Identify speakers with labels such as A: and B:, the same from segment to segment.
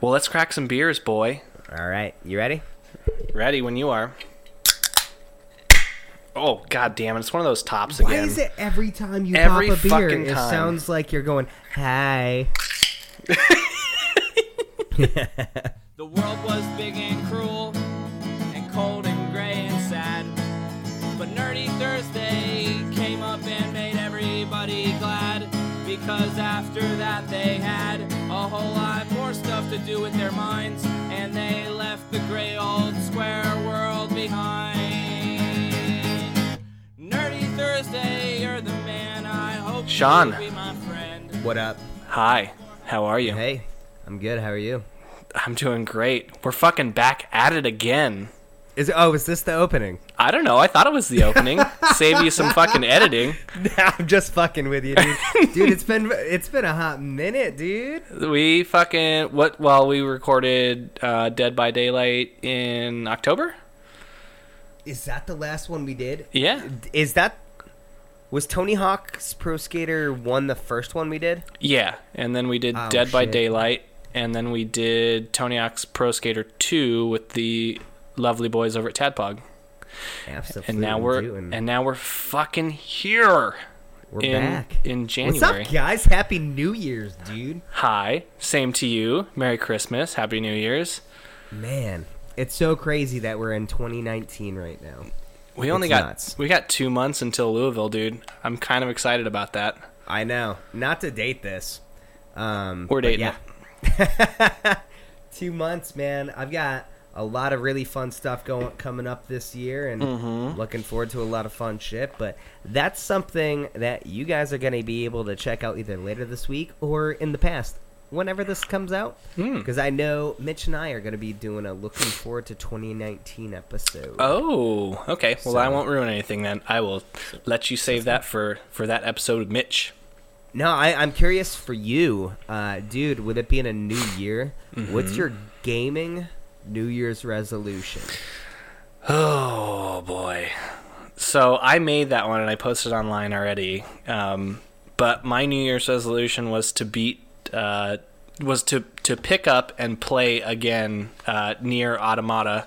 A: Well, let's crack some beers, boy.
B: All right, you ready?
A: Ready when you are. Oh god damn it! It's one of those tops
B: Why
A: again.
B: is it every time you
A: Every
B: pop a beer,
A: fucking
B: it
A: time.
B: sounds like you're going, "Hi."
C: The world was big and cruel, and cold and gray and sad. But Nerdy Thursday came up and made everybody glad. Because after that, they had a whole lot more stuff to do with their minds, and they left the gray old square world behind. Nerdy Thursday, you're the man I hope
A: Sean.
C: you'll be my friend.
B: What up?
A: Hi, how are you?
B: Hey, I'm good. How are you?
A: I'm doing great. We're fucking back at it again.
B: Is it, oh, is this the opening?
A: I don't know. I thought it was the opening. Save you some fucking editing.
B: I'm just fucking with you, dude. dude, it's been it's been a hot minute, dude.
A: We fucking what? Well, we recorded uh, Dead by Daylight in October.
B: Is that the last one we did?
A: Yeah,
B: Is that was Tony Hawk's Pro Skater one the first one we did?
A: yeah. And then we did
B: Oh,
A: Dead by
B: shit.
A: Daylight, and then we did Tony Hawk's Pro Skater Two with the lovely boys over at Tadpog.
B: Absolutely.
A: And now we're
B: doing.
A: and now we're fucking here.
B: we're
A: in,
B: back.
A: in January.
B: What's up, guys? Happy New Year's, dude.
A: Hi, same to you. Merry Christmas, Happy New Year's.
B: Man, it's so crazy that we're in 2019 right now.
A: We only
B: It's
A: got
B: nuts.
A: we got two months until Louisville, dude. I'm kind of excited about that.
B: I know. Not to date this. Um,
A: We're
B: but
A: dating
B: yeah. Two months, man. I've got a lot of really fun stuff going coming up this year, and
A: Mm-hmm.
B: looking forward to a lot of fun shit. But that's something that you guys are going to be able to check out either later this week or in the past, whenever this comes out.
A: Hmm.
B: Because I know Mitch and I are going to be doing a looking forward to 2019 episode.
A: Oh, okay. Well, I
B: So-
A: won't ruin anything then. I will let you save that for for that episode, with Mitch.
B: No, I, I'm curious for you, uh, dude. With it being a new year,
A: Mm-hmm.
B: what's your gaming New Year's resolution?
A: Oh boy. So I made that one and I posted online already. Um, but my New Year's resolution was to beat uh, was to to pick up and play again uh, near Automata,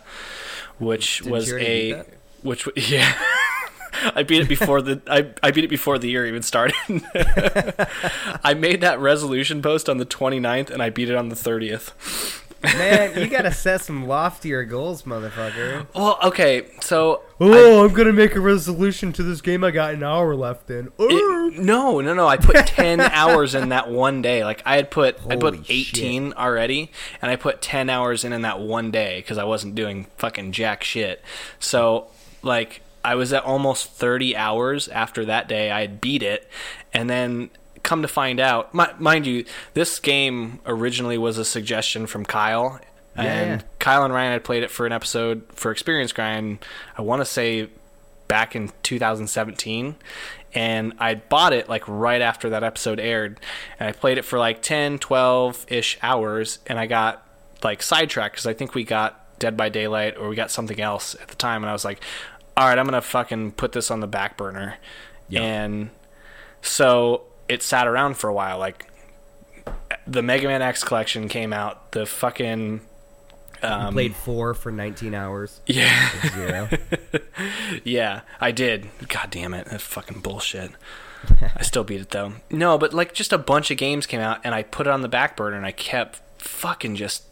A: which
B: Didn't
A: was
B: you already beat
A: a
B: that?
A: which w- yeah. I beat it before the I, I beat it before the year even started. I made that resolution post on the 29th and I beat it on the 30th.
B: Man, you gotta set some loftier goals, motherfucker.
A: Well, okay. So
B: Oh, I'm gonna make a resolution to this game. I got an hour left in.
A: It- no, no, no. I put 10 hours in that one day. Like I had put I put
B: Holy
A: 18 already and I put 10 hours in in that one day cuz I wasn't doing fucking jack shit. So like I was at almost 30 hours after that day. I had beat it and then come to find out, mi- mind you, this game originally was a suggestion from Kyle and
B: yeah.
A: Kyle and Ryan had played it for an episode for Experience Grind. I want to say back in 2017 and i bought it like right after that episode aired and i played it for like 10 12-ish hours and i got like sidetracked because i think we got dead by daylight or we got something else at the time and i was like all right i'm gonna fucking put this on the back burner and so it sat around for a while like the mega man x collection came out the fucking um,
B: Played four for 19 hours.
A: yeah
B: Zero.
A: Yeah, I did. God damn it. That's fucking bullshit. I still beat it though. No, but like just a bunch of games came out and I put it on the back burner and I kept fucking just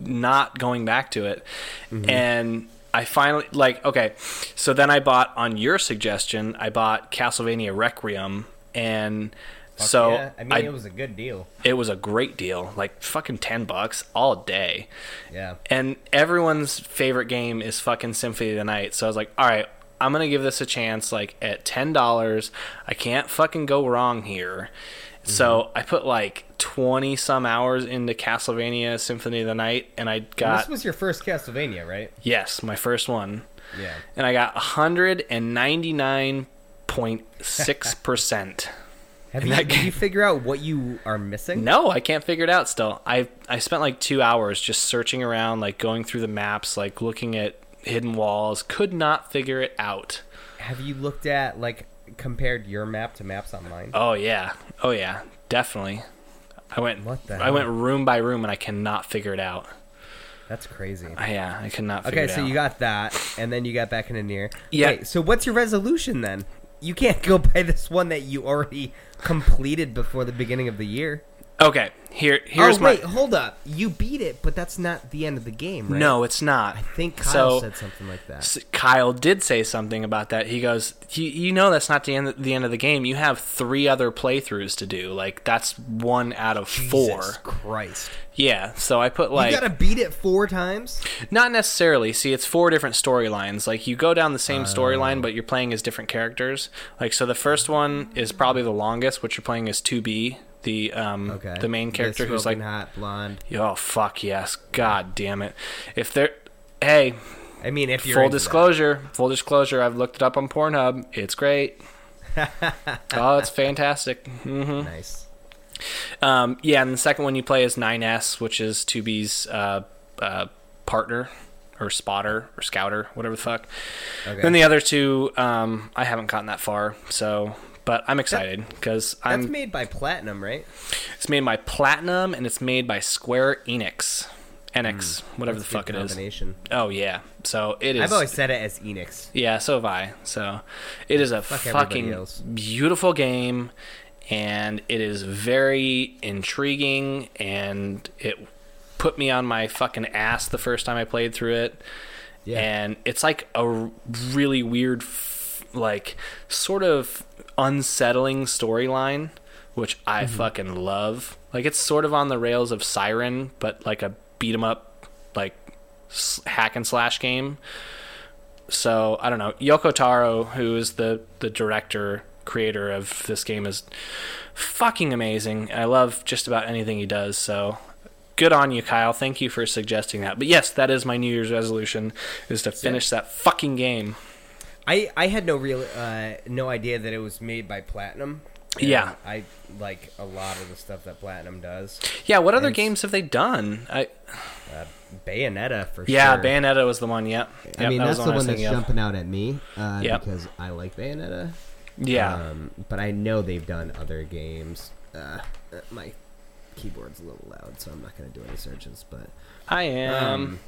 A: not going back to it.
B: Mm-hmm.
A: And I finally like okay, so then I bought on your suggestion, I bought Castlevania Requiem and so
B: yeah, I mean, it was a good deal.
A: it was a great deal, like fucking 10 bucks all day.
B: Yeah.
A: And everyone's favorite game is fucking Symphony of the Night. So I was like, all right, I'm going to give this a chance. Like at $10, I can't fucking go wrong here. So I put like 20 some hours into Castlevania Symphony of the Night and I got,
B: This was your first Castlevania, right?
A: yes, my first one.
B: Yeah.
A: And I got 199.6%.
B: Have
A: And
B: you,
A: that
B: did you figure out what you are missing?
A: No, I can't figure it out still. I I spent like 2 hours just searching around, like going through the maps, like looking at hidden walls, could not figure it out.
B: Have you looked at like compared your map to maps online?
A: Oh yeah. Oh yeah. Definitely. I went
D: What the
A: I
D: hell?
A: went room by room and I cannot figure it out.
D: That's crazy.
A: I- Yeah, I cannot figure
D: Okay,
A: it out.
D: so you got that, and then you got back into near.
A: Yeah.
D: Wait, so what's your resolution then? You can't go by this one that you already completed before the beginning of the year.
A: Okay, here here's
D: oh wait,
A: my
D: hold up. You beat it, but that's not the end of the game, right?
A: No, it's not.
D: I think Kyle
A: so.
D: said something like that.
A: S- Kyle did say something about that. He goes, "You, you know, that's not the end. The end of the game. You have three other playthroughs to do. Like that's one out of four.
D: Jesus Christ.
A: Yeah. So I put like
D: you gotta beat it four times?
A: not necessarily. See, it's four different storylines. Like you go down the same
D: Oh.
A: storyline, but you're playing as different characters. Like so, the first one is probably the longest. What you're playing is two B, the um
D: Okay.
A: the main
D: This
A: character who's like,
D: smoking hot blonde.
A: oh fuck yes, god damn it. If they're hey,
D: I mean if you're
A: full
D: into that.
A: disclosure, full disclosure, I've looked it up on Pornhub. It's great. oh, it's fantastic. hmm
D: nice.
A: Um, yeah, and the second one you play is 9S, which is 2B's uh, uh, partner or spotter or scouter, whatever the fuck.
D: Okay.
A: Then the other two, um, I haven't gotten that far, so. But I'm excited because
D: that's
A: I'm.
D: made by platinum, right?
A: It's made by Platinum and it's made by Square Enix, Enix, whatever the
D: Hmm, That's a good
A: fuck it is.
D: combination.
A: Oh yeah, so it is.
D: I've always said it as Enix.
A: Yeah, so have I. So it is a
D: everybody
A: fucking
D: else.
A: beautiful game and it is very intriguing and it put me on my fucking ass the first time I played through it.
D: Yeah.
A: And it's like a r- really weird f- like sort of unsettling storyline which I fucking love. Like it's sort of on the rails of Siren but like a beat 'em up like s- hack and slash game so I don't know. Yoko Taro, who is the the director creator of this game, is fucking amazing. I love just about anything he does. So good on you, Kyle. Thank you for suggesting that. But yes, that is my New Year's resolution: is to finish that fucking game.
D: I, I had no real uh, no idea that it was made by Platinum. And
A: Yeah.
D: I like a lot of the stuff that Platinum does.
A: Yeah. What other
D: Thanks.
A: games have they done? I
D: Uh, Bayonetta for
A: yeah,
D: sure.
A: Bayonetta was the one. Yep. yep
B: I mean,
A: that was
B: that's the
A: I was
B: one that's
A: thinking of.
B: jumping out at me uh,
A: Yep.
B: because I like Bayonetta.
A: Yeah.
B: Um, but I know they've done other games. Uh, uh, my keyboard's a little loud, so I'm not going to do any searches. But
A: I am.
D: Um,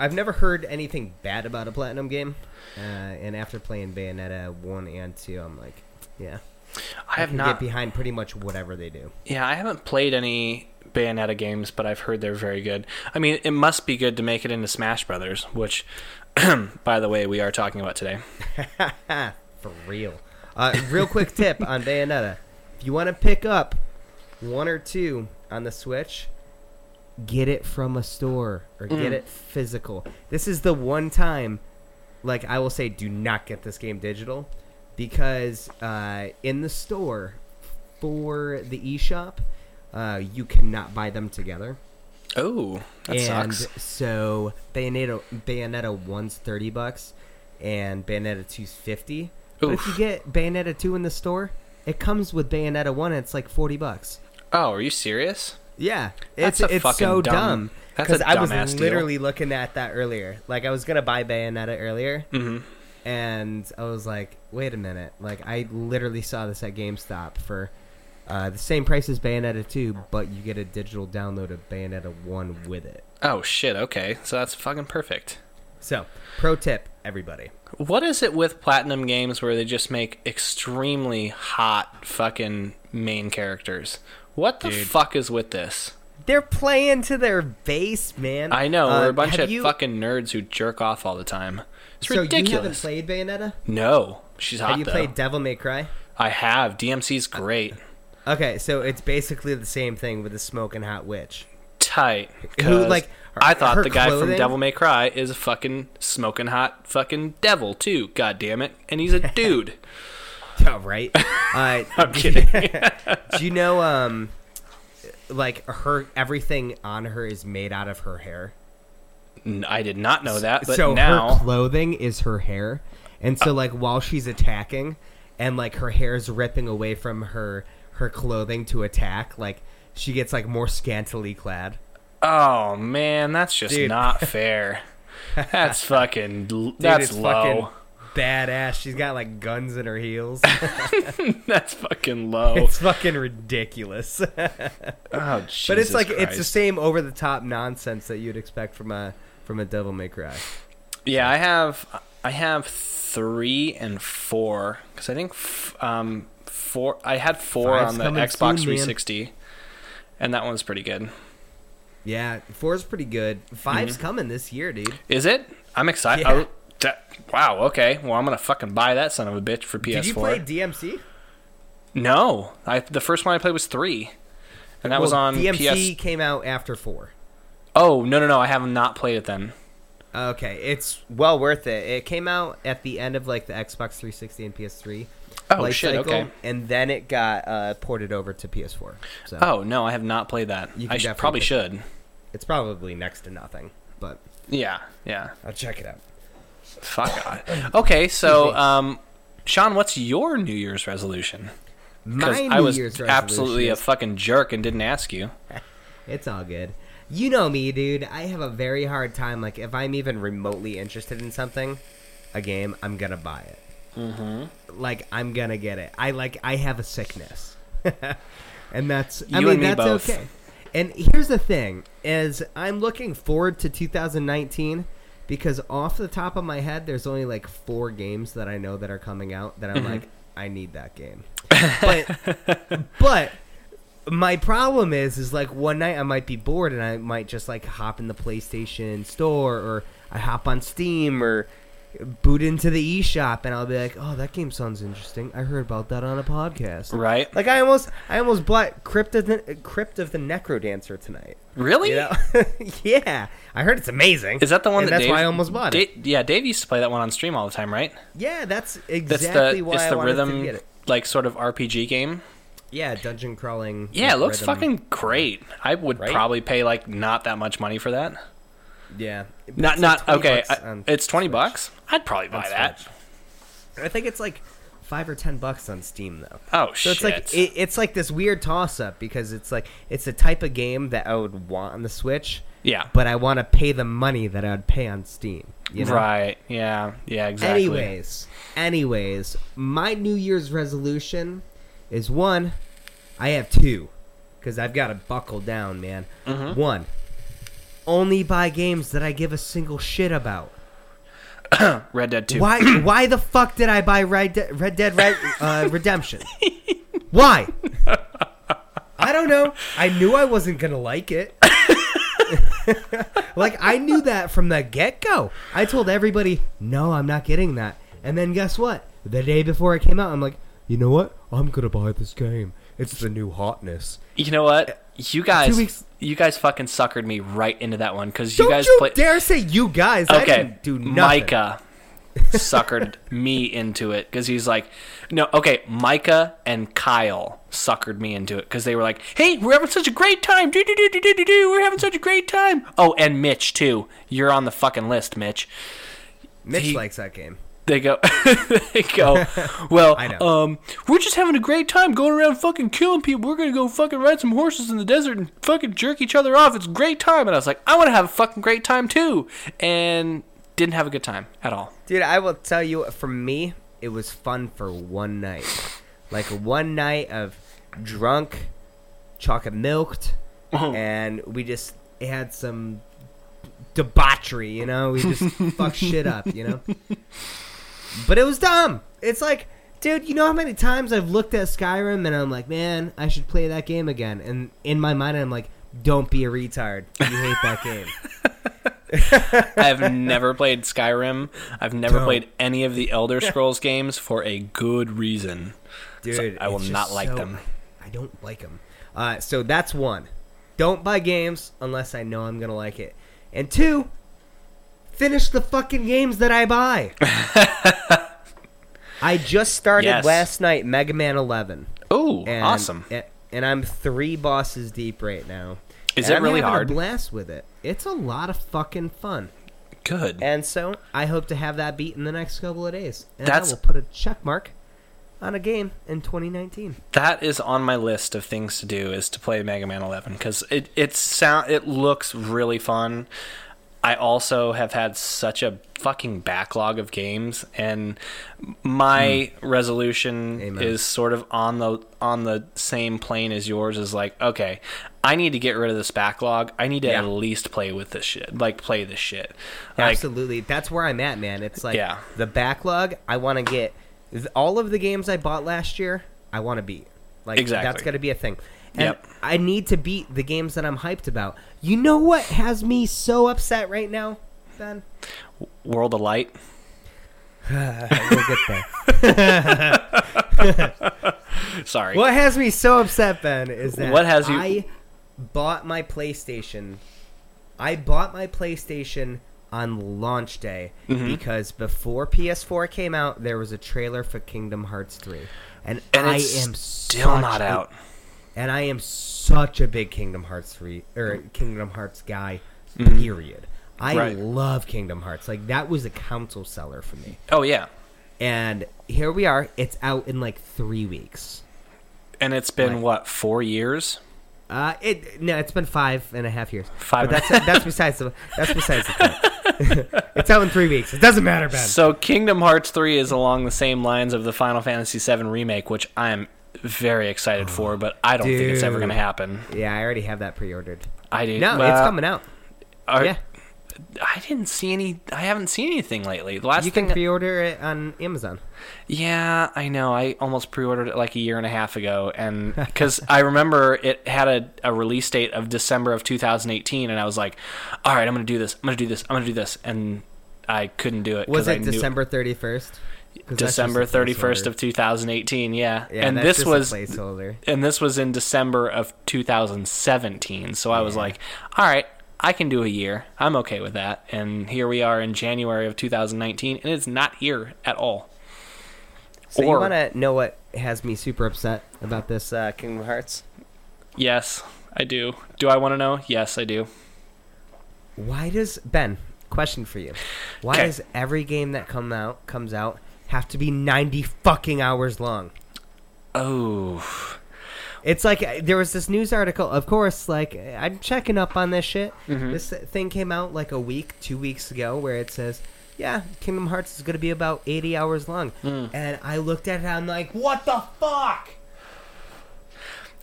B: I've never heard anything bad about a platinum game. Uh, and after playing Bayonetta one and two, I'm like, yeah,
A: I have
B: can
A: not.
B: get behind pretty much whatever they do.
A: Yeah, I haven't played any Bayonetta games, but I've heard they're very good. I mean, it must be good to make it into Smash Brothers, which, by the way, we are talking about today.
B: Ah, for real. Uh, real quick tip on Bayonetta: if you want to pick up one or two on the Switch, get it from a store or
A: Mm.
B: get it physical. This is the one time, like I will say, do not get this game digital because uh, in the store for the eShop, uh, you cannot buy them together.
A: Oh, that
B: and
A: sucks.
B: so Bayonetta Bayonetta one's thirty bucks, and Bayonetta two's fifty. But if
A: Oof.
B: you get Bayonetta two in the store, it comes with Bayonetta one. And it's like forty bucks.
A: Oh, are you serious?
B: Yeah,
A: That's
B: it's
A: a
B: it's
A: fucking
B: so
A: dumb-
B: dumb.
A: that's a
B: Because I was
A: dumbass deal.
B: literally looking at that earlier. Like I was gonna buy Bayonetta earlier,
A: Mm-hmm.
B: and I was like, wait a minute. Like I literally saw this at GameStop for. Uh, the same price as Bayonetta 2, but you get a digital download of Bayonetta 1 with it.
A: Oh shit. Okay, so that's fucking perfect.
B: So, pro tip, everybody.
A: What is it with platinum games where they just make extremely hot fucking main characters? What the fuck is with this?
B: They're playing to their base, man.
A: I know we're a
B: Um,
A: bunch
B: have
A: of fucking nerds who jerk off all the time. It's
B: so
A: ridiculous.
B: you haven't played Bayonetta?
A: no, she's hot
B: Have you
A: though.
B: played Devil May Cry?
A: I have. DMC's great.
B: Okay, so it's basically the same thing with the smoking hot witch.
A: Tight.
B: Who,
A: 'cause
B: like, her-
A: I thought
B: her
A: the guy from
B: clothing-
A: Devil May Cry is a fucking smoking hot fucking devil too. God damn it. And he's a dude.
B: Yeah, Oh, right. Uh,
A: I'm kidding.
B: do you know, um, like her everything on her is made out of her hair.
A: N- I did not know that, but
B: so her
A: now
B: clothing is her hair, and so like while she's attacking, and like her hair is ripping away from her her clothing to attack, like she gets like more scantily clad.
A: Oh man, that's just
B: Dude.
A: not fair. That's fucking l
B: Dude,
A: that's
B: it's
A: low.
B: fucking badass. She's got like guns in her heels.
A: That's fucking low.
B: It's fucking ridiculous.
A: oh,
B: but it's like it's the same over the top nonsense that you'd expect from a from a Devil May Cry.
A: Yeah, I have I have three and four because I think f- um four I had four
B: Five's
A: on the
B: coming
A: Xbox
B: soon, man.
A: 360, and that one's pretty good.
B: Yeah, four's pretty good. 5's coming this year, dude.
A: Is it? I'm excited.
B: Yeah.
A: Oh, that- wow. Okay. Well, I'm gonna fucking buy that son of a bitch for PS4.
B: Did you play DMC?
A: no, I the first one I played was three, and that was
B: Well,
A: on
B: DMC
A: PS.
B: came out after four.
A: Oh no no no! I have not played it then.
B: Okay, it's well worth it. It came out at the end of like the Xbox 360 and PS3
A: Oh
B: life
A: shit.
B: cycle,
A: Okay.
B: and then it got uh, ported over to PS4. So
A: Oh no, I have not played that.
B: You
A: I
B: can
A: should,
B: definitely
A: probably
B: play
A: should.
B: it's probably next to nothing, but
A: Yeah, yeah.
B: I'll check it out.
A: Fuck. God. Okay, so um, Sean, what's your New Year's resolution?
B: My New
A: I was
B: Year's resolution
A: absolutely a
B: is-
A: fucking jerk and didn't ask you.
B: It's all good. You know me, dude. I have a very hard time. Like, if I'm even remotely interested in something, a game, I'm gonna buy it. Mm-hmm. Like, I'm gonna get it. I like. I have a sickness, and that's. I
A: You
B: mean,
A: and me
B: that's
A: both.
B: okay. And here's the thing: is I'm looking forward to 2019 because off the top of my head, there's only like four games that I know that are coming out that I'm
A: Mm-hmm.
B: like, I need that game. But, but my problem is is like one night I might be bored and I might just like hop in the PlayStation store or I hop on Steam or boot into the eShop and I'll be like, "Oh, that game sounds interesting. I heard about that on a podcast."
A: Right?
B: Like I almost I almost bought Crypt of the, Crypt of the Necrodancer tonight.
A: Really?
B: You know? yeah. I heard it's amazing.
A: Is that the one
B: And
A: that
B: that's
A: Dave,
B: why I almost bought it.
A: Da- yeah, Dave used to play that one on stream all the time, right?
B: Yeah, that's
A: That's
B: exactly
A: the
B: why
A: it's
B: I
A: the
B: wanted
A: rhythm
B: to get it.
A: like sort of RPG game.
B: Yeah, dungeon crawling.
A: Yeah, it looks
B: rhythm.
A: fucking great. I would
B: Right?
A: probably pay like not that much money for that.
B: Yeah.
A: Not
B: It's like
A: not
B: 20
A: okay.
B: bucks
A: I-
B: on
A: it's twenty
B: Switch.
A: bucks. I'd probably buy
B: On
A: that.
B: Switch. I think it's like five or ten bucks on Steam though.
A: Oh shit!
B: So it's like it, it's like this weird toss up because it's like it's the type of game that I would want on the Switch,
A: yeah.
B: but I want to pay the money that I would pay on Steam. You know?
A: Right. Yeah. Yeah. Exactly.
B: Anyways, anyways, my New Year's resolution is one. I have two because I've got to buckle down, man.
A: Mm-hmm.
B: One, only buy games that I give a single shit about.
A: Red Dead Two.
B: Why? Why the fuck did I buy Red, De- Red Dead Red, uh, Redemption? Why? I don't know. I knew I wasn't gonna like it. like I knew that from the get go. I told everybody, no, I'm not getting that. And then guess what? The day before it came out, I'm like, you know what? I'm gonna buy this game. It's the new hotness.
A: You know what? You guys,
B: weeks-
A: you guys fucking suckered me right into that one because you
B: Don't
A: guys
B: you
A: play.
B: dare say you guys. I
A: okay,
B: didn't do nothing.
A: Micah suckered me into it because he's like, no, okay, Micah and Kyle suckered me into it because they were like, hey, we're having such a great time, do do do do do do do, we're having such a great time. Oh, and Mitch too. You're on the fucking list, Mitch.
B: Mitch
A: He-
B: likes that game.
A: They go, they go. Well,
B: I know.
A: um, we're just having a great time going around fucking killing people. We're gonna go fucking ride some horses in the desert and fucking jerk each other off. It's a great time. And I was like, I want to have a fucking great time too, and didn't have a good time at all.
B: Dude, I will tell you, for me, it was fun for one night. Like one night of drunk, chocolate milked, and we just had some debauchery, you know? We just fucked shit up, you know? But it was dumb. It's like, dude, you know how many times I've looked at Skyrim and I'm like, man, I should play that game again. And in my mind, I'm like, don't be a retard. You hate that game.
A: I've never played Skyrim. I've never
B: Don't.
A: played any of the Elder Scrolls games for a good reason.
B: dude.
A: I will
B: it's just
A: not like them.
B: I don't like them. Uh, so that's one. Don't buy games unless I know I'm gonna like it. And two, finish the fucking games that I buy. I just started
A: Yes.
B: last night Mega Man 11.
A: Oh,
B: And,
A: awesome!
B: a- And I'm three bosses deep right now.
A: Is
B: And
A: it
B: I'm
A: really
B: having
A: hard?
B: A blast with it. It's a lot of fucking fun.
A: Good.
B: And so I hope to have that beat in the next couple of days. And
A: That's-
B: I will put a check mark on a game in 2019.
A: that is on my list of things to do is to play Mega Man 11 because it it sound it looks really fun. I also have had such a fucking backlog of games, and my resolution
B: Hmm. Amen.
A: is sort of on the on the same plane as yours. Is like, okay, I need to get rid of this backlog. I need to
B: Yeah.
A: at least play with this shit. Like, play this shit. Like,
B: Absolutely. That's where I'm at, man. It's like
A: Yeah.
B: the backlog. I want to get th- all of the games I bought last year. I want to beat. Like that's
A: Exactly.
B: got to be a thing. And
A: Yep.
B: I need to beat the games that I'm hyped about. You know what has me so upset right now, Ben?
A: World of Light.
B: We'll get there.
A: Sorry.
B: what has me so upset, Ben, is that
A: What has you-
B: I bought my PlayStation. I bought my PlayStation on launch day
A: Mm-hmm.
B: because before PS4 came out, there was a trailer for Kingdom Hearts 3, and,
A: And
B: I
A: it's
B: am
A: still
B: such
A: not
B: a-
A: out.
B: and I am such a big Kingdom Hearts 3 or Kingdom Hearts guy. Period. I
A: Mm-hmm. Right.
B: love Kingdom Hearts. Like that was a console seller for me.
A: Oh yeah,
B: And here we are. It's out in like three weeks.
A: and it's been what four years.
B: Uh, it no, it's been five and a half years.
A: Five
B: But that's that's besides the that's besides the point. it's out in three weeks. It doesn't matter, Ben.
A: So Kingdom Hearts 3 is along the same lines of the Final Fantasy 7 remake, which I'm very excited for, but I don't think it's ever
B: Dude.
A: going to happen.
B: Yeah, I already have that pre-ordered.
A: I do.
B: No,
A: well,
B: it's coming out.
A: uh, are-
B: yeah,
A: I didn't see any. I haven't seen anything lately. The last
B: you
A: thing.
B: can pre-order it on Amazon.
A: yeah, I know. I almost pre-ordered it like a year and a half ago, and because I remember it had a, a release date of December of 2018, and I was like, "All right, I'm going to do this. I'm going to do this. I'm going to do this," and I couldn't do it.
B: Was
A: 'cause I
B: it
A: knew-
B: December thirty first?
A: December 31st of 2018? Yeah,
B: Yeah,
A: and
B: that's
A: this
B: just
A: was
B: a placeholder.
A: and this was in December of 2017. So I was like, all right, I can do a year. I'm okay with that. And here we are in January of 2019, and it's not here at all.
B: So
A: or-
B: you want to know what has me super upset about this uh, Kingdom Hearts?
A: Yes, I do. Do I want to know? Yes, I do.
B: Why does Ben? Question for you. Why
A: 'Kay.
B: does every game that come out comes out have to be ninety fucking hours long?
A: Oh,
B: It's like uh, there was this news article. Of course, like uh, I'm checking up on this shit.
A: Mm-hmm.
B: This uh, thing came out like a week, two weeks ago, where it says, "Yeah, Kingdom Hearts is going to be about 80 hours long."
A: Mm.
B: And I looked at it, I'm like, "What the fuck?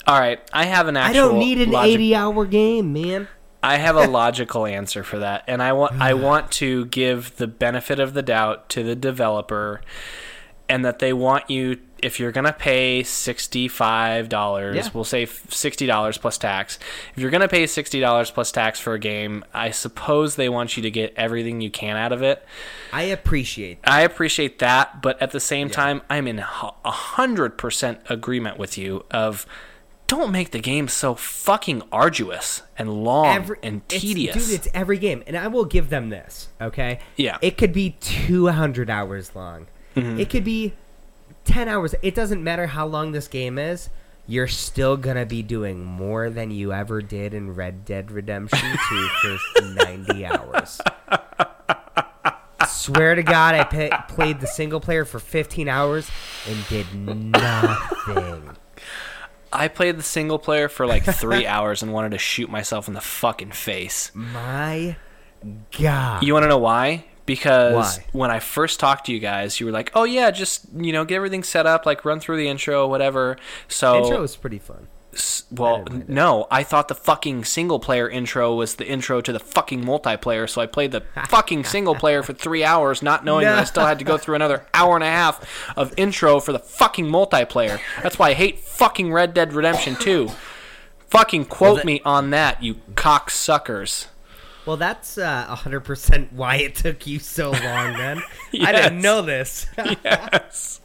A: all right. I have an
B: I
A: actual.
B: don't need an
A: logic-
B: 80-hour game, man."
A: I have a logical answer for that, and I want I want to give the benefit of the doubt to the developer, and that they want you if you're gonna pay sixty five dollars,
B: Yeah.
A: we'll say f- sixty dollars plus tax. If you're gonna pay sixty dollars plus tax for a game, I suppose they want you to get everything you can out of it.
B: I appreciate.
A: I appreciate that, but at the same time, I'm in hu- a hundred percent agreement with you of. Don't make the game so fucking arduous and long
B: Every,
A: and
B: it's-
A: tedious.
B: dude. It's every game, and I will give them this. Okay,
A: Yeah. Mm-hmm.
B: it could be two hundred hours long. It could be ten hours. It doesn't matter how long this game is. You're still gonna be doing more than you ever did in Red Dead Redemption Two for ninety hours. Swear to God, I pa- played the single player for fifteen hours and did nothing.
A: I played the single player for like three hours and wanted to shoot myself in the fucking face.
B: My God.
A: You want to know why? Because
B: Why?
A: when I first talked to you guys, you were like, "Oh yeah, just you know, get everything set up, like run through the intro, whatever." So,
B: Intro was pretty fun.
A: s- well, no, I thought the fucking single player intro was the intro to the fucking multiplayer. So I played the fucking single player for three hours, not knowing that I still had to go through another hour and a half of intro for the fucking multiplayer. That's why I hate fucking Red Dead Redemption Two. Fucking quote me on that, you cocksuckers.
B: Well, that's uh, 100% why it took you so long, man. I didn't
A: Yes.
B: know this.
A: Yes.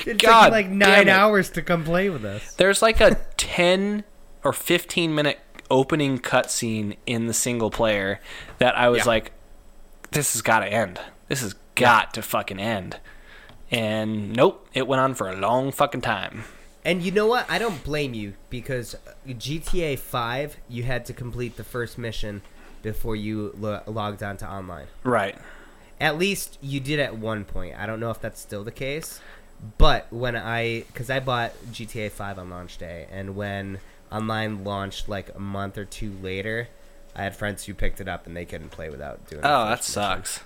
B: it took
A: God
B: you like
A: damn
B: nine
A: it.
B: hours to come play with us.
A: There's like a 10 or 15 minute opening cutscene in the single player that I was like, this has got to end. This has got to fucking end. And nope, it went on for a long fucking time.
B: And you know what? I don't blame you because uh, GTA 5, you had to complete the first mission before you lo- logged on to online.
A: Right.
B: At least you did at one point. I don't know if that's still the case, but when I because I bought GTA Five on launch day, and when online launched like a month or two later, I had friends who picked it up and they couldn't play without doing.
A: Oh,
B: the
A: that
B: first
A: sucks.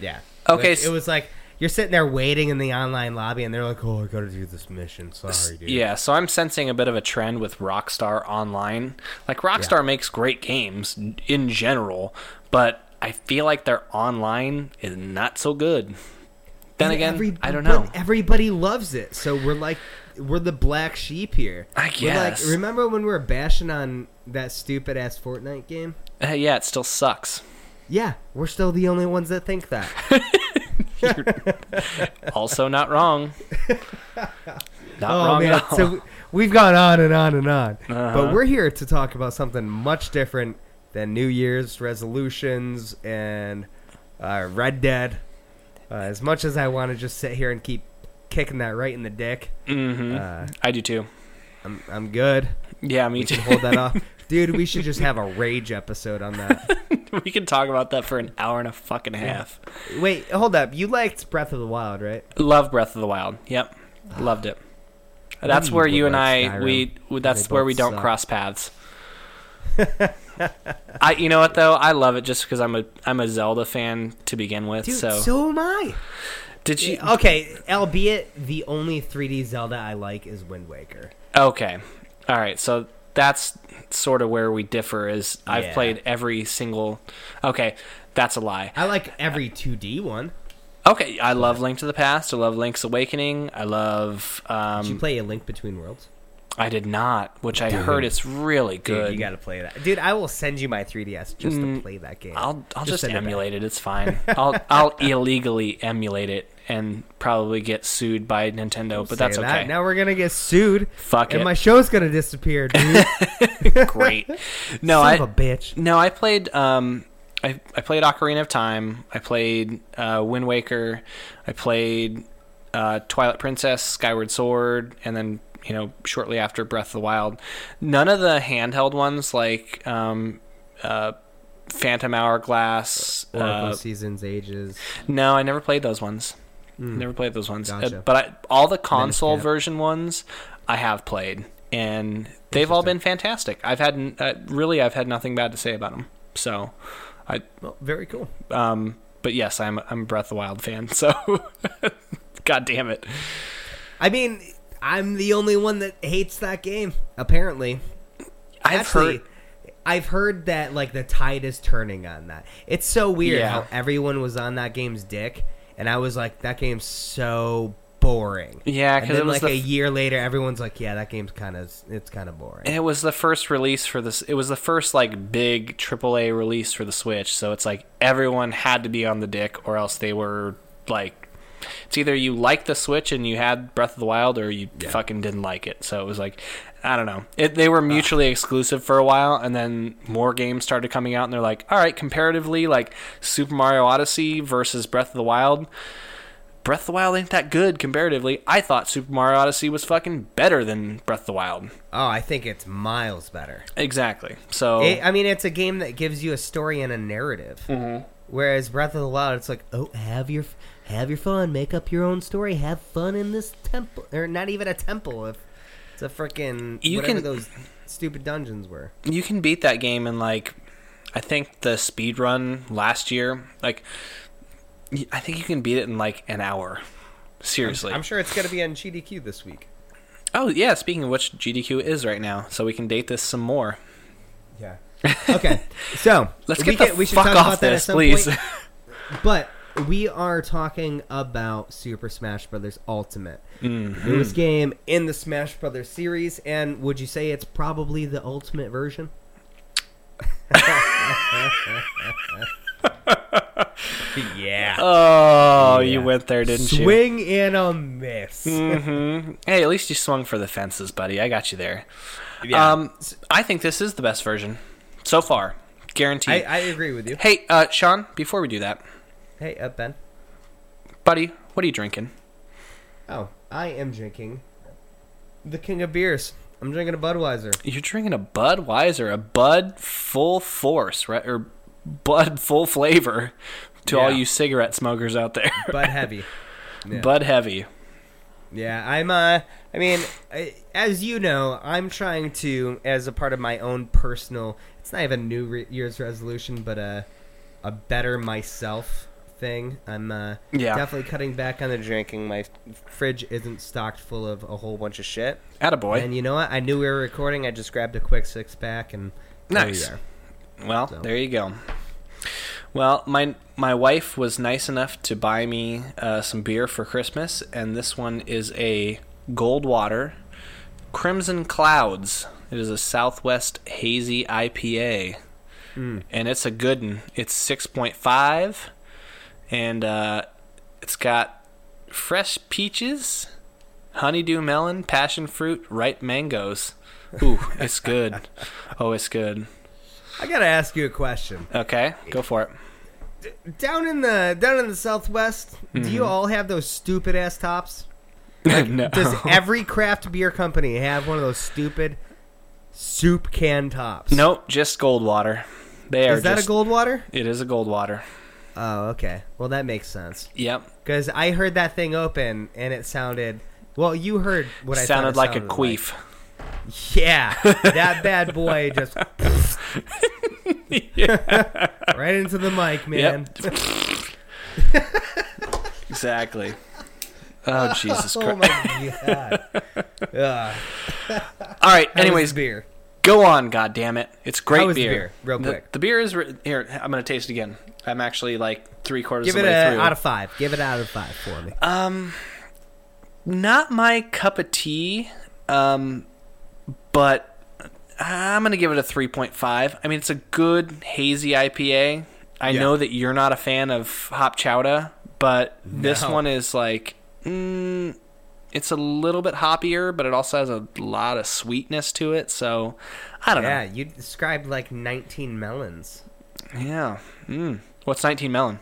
B: mission. Yeah.
A: Okay,
B: Like,
A: s-
B: it was like you're sitting there waiting in the online lobby, and they're like, "Oh, I got to do this mission. Sorry, dude."
A: Yeah, so I'm sensing a bit of a trend with Rockstar Online. Like Rockstar makes great games in general, but I feel like their online is not so good. Then
B: And
A: again,
B: every-
A: I don't
B: but
A: know.
B: Everybody loves it, so we're like, we're the black sheep here.
A: I
B: We're like-
A: guess.
B: remember when we were bashing on that stupid ass Fortnite game?
A: Uh, yeah, it still sucks.
B: Yeah, we're still the only ones that think that.
A: Also, not wrong. Not wrong at all.
B: Oh, so we- we've gone on and on and on,
A: Uh-huh.
B: but we're here to talk about something much different than New Year's resolutions and uh, Red Dead. Uh, as much as I want to just sit here and keep kicking that right in the dick,
A: hmm
B: uh,
A: I do too.
B: I'm I'm good.
A: Yeah, me
B: We
A: too.
B: can hold that off. Dude, we should just have a rage episode on that.
A: we can talk about that for an hour and a fucking half.
B: Wait, hold up. You liked Breath of the Wild, right?
A: Love Breath of the Wild. Yep, loved it. That's
B: you
A: where
B: would
A: you and I
B: like Skyrim.
A: we we- that's
B: They
A: where
B: both
A: we don't
B: suck.
A: cross paths. I you know what though I love it just because I'm a I'm a Zelda fan to begin with.
B: Dude, so, uh,
A: so.
B: am I.
A: did you?
B: Okay, albeit the only 3D Zelda I like is Wind Waker.
A: Okay, all right. So that's sort of where we differ. Is I've
B: Yeah.
A: played every single. Okay, that's a lie.
B: I like every 2D one.
A: Okay, I love Link to the Past. I love Link's Awakening. I love. Um,
B: Did you play A Link Between Worlds?
A: I did not, which I heard it's really
B: Dude,
A: good.
B: you gotta play that. Dude, I will send you my 3DS just
A: Mm,
B: to play that game.
A: I'll I'll just,
B: send it back.
A: emulate it. It's fine. I'll I'll illegally emulate it and probably get sued by Nintendo, but that's
B: Say
A: okay.
B: that. Now we're gonna get sued,
A: Fuck
B: and
A: it.
B: my show's gonna disappear, dude.
A: Great. No,
B: Son
A: I
B: of a bitch.
A: no, I played um I I played Ocarina of Time. I played uh, Wind Waker. I played uh, Twilight Princess, Skyward Sword, and then you know shortly after Breath of the Wild. None of the handheld ones like um uh Phantom Hourglass,
B: Oracle
A: uh,
B: Seasons, Ages.
A: No, I never played those ones. Never played those ones. Uh,
B: Hmm. Gotcha.
A: but I, all the console
B: Cap.
A: version ones I have played, and they've all been fantastic. I've had n- uh, really, I've had nothing bad to say about them. So, I,
B: Well, very cool.
A: um, but yes, I'm I'm a Breath of the Wild fan. So, god damn it.
B: I mean, I'm the only one that hates that game. Apparently,
A: I've
B: Actually,
A: heard.
B: I've heard that like the tide is turning on that. It's so weird
A: Yeah.
B: how everyone was on that game's dick, and I was like, that game's so boring.
A: Yeah,
B: And
A: because
B: then
A: it was
B: like
A: the
B: a
A: f-
B: year later, everyone's like, yeah, that game's kind of it's kind of boring.
A: it was the first release for this. It was the first like big AAA release for the Switch. So it's like everyone had to be on the dick, or else they were like, it's either you like the Switch and you had Breath of the Wild, or you fucking didn't like it. So it was like, I don't know. It, they were mutually exclusive for a while, and then more games started coming out, and they're like, all right, comparatively, like Super Mario Odyssey versus Breath of the Wild. Breath of the Wild ain't that good comparatively. I thought Super Mario Odyssey was fucking better than Breath of the Wild.
B: Oh, I think it's miles better.
A: Exactly. So
B: It- I mean, it's a game that gives you a story and a narrative.
A: Mm-hmm.
B: Whereas Breath of the Wild, it's like, oh, have your have your fun, make up your own story, have fun in this temple, or not even a temple. If it's a freaking
A: You
B: whatever
A: can-
B: those stupid dungeons were.
A: you can beat that game in like I think the speed run last year, like y- I think you can beat it in like an hour. Seriously.
B: I'm sure it's gonna be on GDQ this week.
A: oh yeah, speaking of which GDQ is right now, so we can date this some more.
B: Yeah. Okay. So
A: Let's
B: we
A: get the
B: can- we should
A: fuck
B: talk
A: off
B: about that at
A: this,
B: some
A: please.
B: point. But we are talking about Super Smash Brothers Ultimate, the newest game in the Smash Brothers series, and would you say it's probably the ultimate version? yeah.
A: oh, you
B: Yeah.
A: went there, didn't you?
B: Swing and a miss.
A: hmm Hey, at least you swung for the fences, buddy. I got you there.
B: Yeah.
A: Um, I think this is the best version so far, guaranteed.
B: I, I agree with you.
A: hey, uh, Sean, before we do that,
B: Hey, up Ben.
A: buddy, what are you drinking?
B: Oh, I am drinking the king of beers. I'm drinking a Budweiser.
A: You're drinking a Budweiser, a Bud full force, right? Or Bud full flavor to all
B: Yeah.
A: you cigarette smokers out there.
B: Bud heavy. yeah.
A: Bud heavy.
B: Yeah, I'm. Uh, I mean, I, as you know, I'm trying to, as a part of my own personal, it's it's not even New Re- Year's resolution, but a a better myself thing. I'm uh,
A: Yeah.
B: definitely cutting back on the drinking. My fridge isn't stocked full of a whole bunch of shit.
A: Attaboy.
B: And you know what? I knew we were recording. I just grabbed a quick six pack and there we
A: Nice.
B: are.
A: Well,
B: So-
A: there you go. Well, my my wife was nice enough to buy me uh, some beer for Christmas, and this one is a Goldwater Crimson Clouds. It is a Southwest Hazy IPA, and it's a good one. It's six point five, and uh, it's got fresh peaches, honeydew melon, passion fruit, ripe mangoes. Ooh, it's good. oh, it's good.
B: I gotta ask you a question.
A: Okay, go for it.
B: Down in the down in the Southwest, do
A: Mm-hmm.
B: you all have those stupid ass tops?
A: no.
B: Does every craft beer company have one of those stupid soup can tops?
A: nope, just Goldwater. They are
B: Is that
A: just,
B: a Goldwater?
A: It is a Goldwater.
B: Oh, okay. Well, that makes sense.
A: Yep.
B: Because I heard that thing open and it sounded. Well, you heard what I thought
A: sounded
B: it
A: like
B: sounded
A: a queef.
B: Yeah, that bad boy just right into the mic, man.
A: exactly. Oh Jesus
B: Oh
A: Christ.
B: my god. Ugh.
A: All right,
B: How was
A: anyways,
B: the beer.
A: go on, god damn it. It's great
B: How was the
A: beer.
B: beer? Real
A: The-
B: quick.
A: The, beer is re- here, I'm going to taste it again. I'm actually like 3 quarters
B: Give
A: of
B: it
A: the way
B: a
A: through.
B: out of five. Give it out of five for me.
A: Not my cup of tea. Um but I'm going to give it a 3.5. I mean, it's a good hazy IPA. I know that you're not a fan of hop chowda, but this
B: No.
A: one is like, mm, it's a little bit hoppier, but it also has a lot of sweetness to it. So I don't
B: yeah, you described like 19 melons.
A: know. Yeah. Mm. What's 19 melon?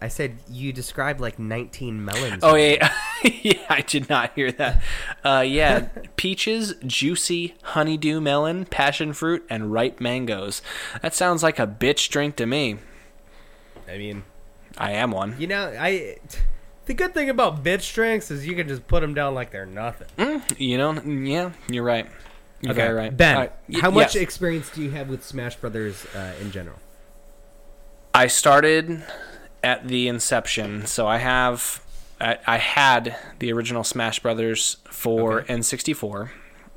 B: I said you described like 19 melons.
A: Oh, yeah. yeah, I did not hear that. Uh, yeah. Peaches, juicy honeydew melon, passion fruit, and ripe mangoes. That sounds like a bitch drink to me.
B: I mean,
A: I am one.
B: you know, I. The good thing about bitch drinks is you can just put them down like they're nothing.
A: Mm, You know, yeah, you're right. You're very right.
B: Ben,
A: All right, y-
B: how much
A: yes.
B: experience do you have with Smash Brothers uh, in general?
A: I started at the inception, so I have, I, I had the original Smash Brothers for N64,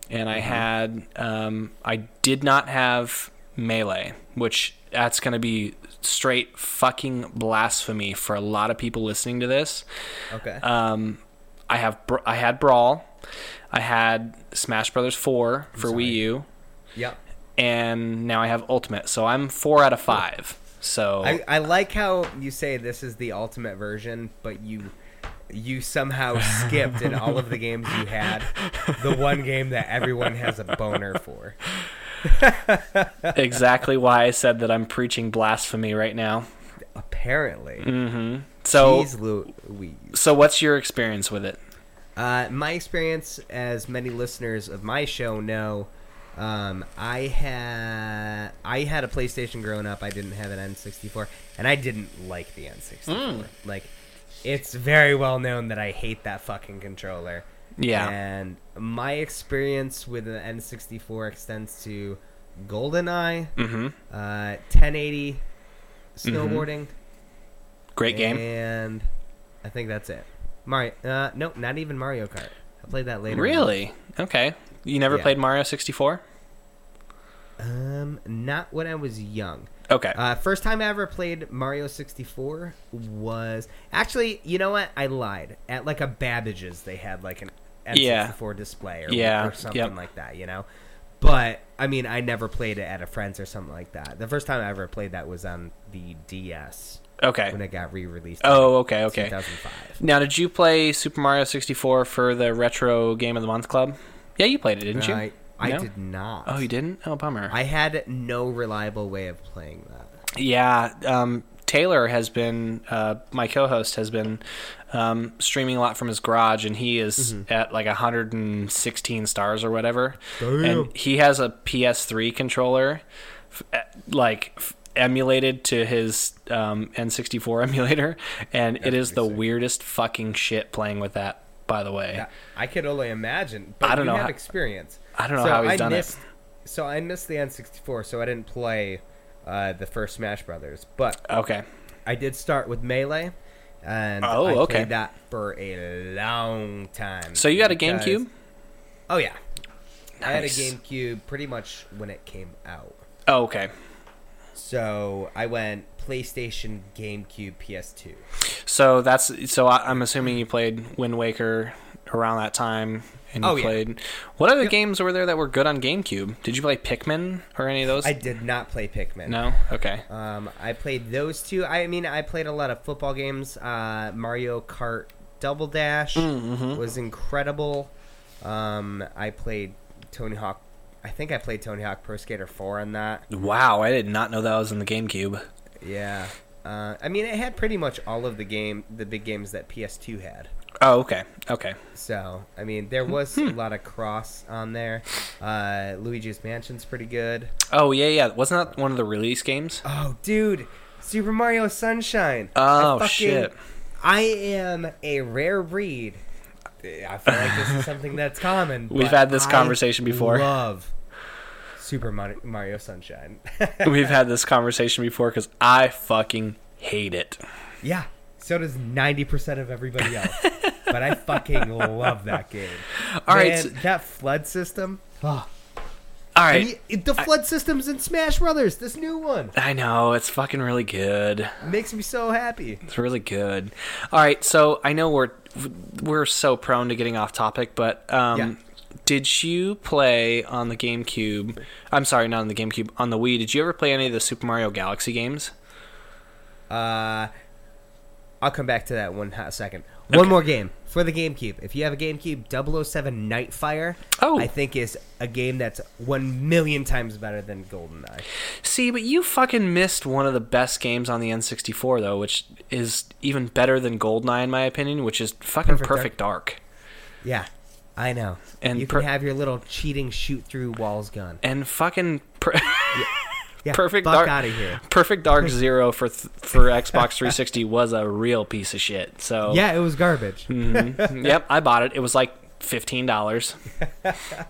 A: and I had, um, I did not have Melee, which that's going to be straight fucking blasphemy for a lot of people listening to this.
B: Okay.
A: Um, I have, Bra- I had Brawl, I had Smash Brothers 4 for Wii U.
B: yep.
A: and now I have ultimate. So I'm four out of five. So
B: I, I like how you say this is the ultimate version, but you you somehow skipped in all of the games you had the one game that everyone has a boner for.
A: exactly why I said that I'm preaching blasphemy right now.
B: Apparently.
A: So
B: Jeez Louise.
A: so what's your experience with it?
B: Uh, my experience, as many listeners of my show know, um, I had I had a PlayStation growing up. I didn't have an N64, and I didn't like the N64.
A: Hmm.
B: Like, it's very well known that I hate that fucking controller.
A: Yeah.
B: And my experience with the N64 extends to GoldenEye,
A: Mm-hmm.
B: uh, 1080, snowboarding,
A: Mm-hmm. Great game.
B: and I think that's it. Mario. Uh, nope, not even Mario Kart. I played that later. on.
A: Really? Okay. You never
B: Yeah.
A: played Mario 64?
B: Um, not when I was young.
A: Okay.
B: Uh, first time I ever played Mario 64 was actually, you know what? I lied. At like a Babbage's, they had like an N64
A: Yeah.
B: display or,
A: Yeah,
B: or something
A: yep.
B: like that, you know? But I mean, I never played it at a friend's or something like that. The first time I ever played that was on the DS when
A: okay.
B: it got re released.
A: Oh, okay, okay.
B: 2005.
A: Now, did you play Super Mario 64 for the Retro Game of the Month Club? Yeah, you played it, didn't you?
B: I, I
A: No?
B: did not.
A: Oh, you didn't? Oh, bummer.
B: I had no reliable way of playing that.
A: Yeah, um, Taylor has been uh, my co-host has been um, streaming a lot from his garage, and he is at like 116 stars or whatever. And he has a PS3 controller, f- eh, like f- emulated to his um, N64 emulator, and it is the weirdest fucking shit playing with that. By the way,
B: Yeah, I could only imagine. But
A: I don't
B: you
A: know
B: Have
A: how-
B: experience.
A: I don't know
B: So
A: how he's
B: I
A: done it.
B: missed, so I missed the N64, so I didn't play uh, the first Smash Brothers, but
A: Okay.
B: I did start with Melee, and
A: Oh,
B: I
A: okay.
B: played that for a long time.
A: So you got a
B: because-
A: GameCube?
B: Oh yeah, I had a
A: Nice.
B: GameCube pretty much when it came out.
A: Oh, okay.
B: So I went PlayStation, GameCube, PS2.
A: So that's so I, I'm assuming you played Wind Waker around that time, and you
B: Oh, yeah.
A: played. What other games were there that were good on GameCube? Did you play Pikmin or any of those?
B: I did not play Pikmin.
A: no. Okay.
B: Um, I played those two. I mean, I played a lot of football games. Uh, Mario Kart Double Dash was incredible. Um, I played Tony Hawk. I think I played Tony Hawk Pro Skater 4 on that.
A: Wow, I did not know that was in the GameCube.
B: Yeah. Uh, I mean, it had pretty much all of the game, the big games that PS2 had.
A: Oh, okay. Okay.
B: So, I mean, there was a lot of cross on there. Uh, Luigi's Mansion's pretty good.
A: Oh yeah, yeah. Wasn't that one of the release games?
B: Oh, dude, Super Mario Sunshine.
A: Oh,
B: I fucking-
A: shit.
B: I am a rare breed. I feel like this is something that's common.
A: We've
B: but
A: had this
B: I
A: conversation before.
B: Love Super Mar- Mario Sunshine.
A: We've had this conversation before because I fucking hate it.
B: yeah, so does ninety percent of everybody else. but I fucking love that game.
A: All
B: All
A: right,
B: right,
A: so-
B: that flood system. Oh,
A: All right.
B: the flood system's in Smash Brothers. This new one
A: I know it's fucking really good.
B: makes me so happy.
A: It's really good. All right, so I know we're we're so prone to getting off topic, but um, did you play on the GameCube? I'm sorry, not on the GameCube, on the Wii. Did you ever play any of the Super Mario Galaxy games?
B: Uh, I'll come back to that one hot second. One more game for the GameCube. If you have a GameCube, 007 Nightfire,
A: Oh.
B: I think is a game that's one million times better than GoldenEye.
A: See, but you fucking missed one of the best games on the N64 though, which is even better than GoldenEye in my opinion, which is fucking Perfect,
B: Perfect Dark.
A: Dark.
B: Yeah, I know.
A: And
B: And you
A: per-
B: can have your little cheating shoot through walls gun.
A: And fucking per-
B: Yeah,
A: Perfect
B: fuck
A: Dark
B: out of here.
A: Perfect Dark 0 for th- for Xbox 360 was a real piece of shit. So
B: Yeah, it was garbage.
A: Hmm. yep, I bought it. It was like fifteen dollars.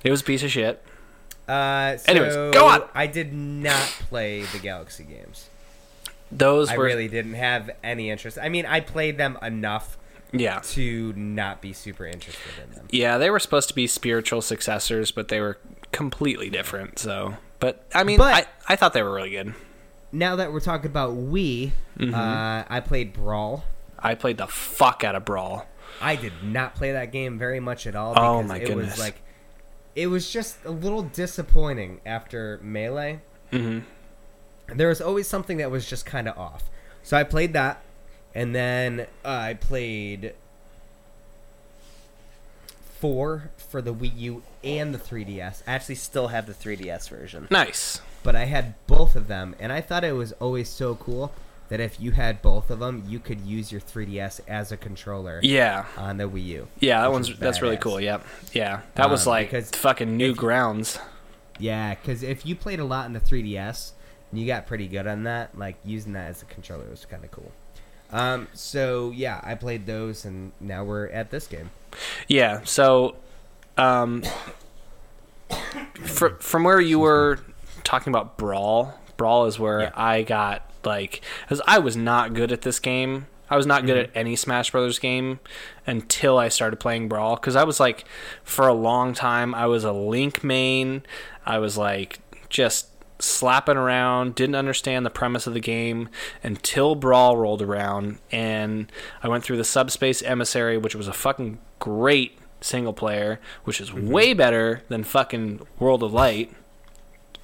A: it was a piece of shit.
B: Uh, so
A: Anyways, go on.
B: I did not play the Galaxy games.
A: Those
B: I
A: were
B: really didn't have any interest. I mean, I played them enough
A: yeah.
B: to not be super interested in them.
A: Yeah, they were supposed to be spiritual successors, but they were completely different. So, but I mean,
B: But-
A: I, I thought they were really good.
B: now that we're talking about Wii,
A: Mm-hmm.
B: uh, I played Brawl.
A: I played the fuck out of Brawl.
B: I did not play that game very much at all.
A: Oh
B: because
A: my
B: it
A: goodness.
B: Was like, it was just a little disappointing after Melee. Mm-hmm. There was always something that was just kind of off. So I played that, and then uh, I played four for the Wii U and the 3DS. I actually still have the 3DS version
A: Nice.
B: but I had both of them, and I thought it was always so cool that if you had both of them, you could use your 3DS as a controller
A: Yeah,
B: on the Wii U.
A: yeah, that
B: Which
A: one's
B: is
A: that's really
B: badass.
A: cool. Yep, yeah, that was
B: Um,
A: like
B: because
A: fucking new grounds.
B: Yeah, because if you played a lot in the 3DS, and you got pretty good on that, like using that as a controller was kind of cool. Um, so yeah, I played those, and now we're at this game.
A: Yeah. So, um, fr- from where you were talking about brawl, brawl is where I got like, because I was not good at this game. I was not good at any Smash Brothers game until I started playing Brawl because I was like, for a long time, I was a Link main. I was like, just slapping around, didn't understand the premise of the game until Brawl rolled around, and I went through the Subspace Emissary, which was a fucking great single player, which is
B: Mm-hmm.
A: way better than fucking World of Light.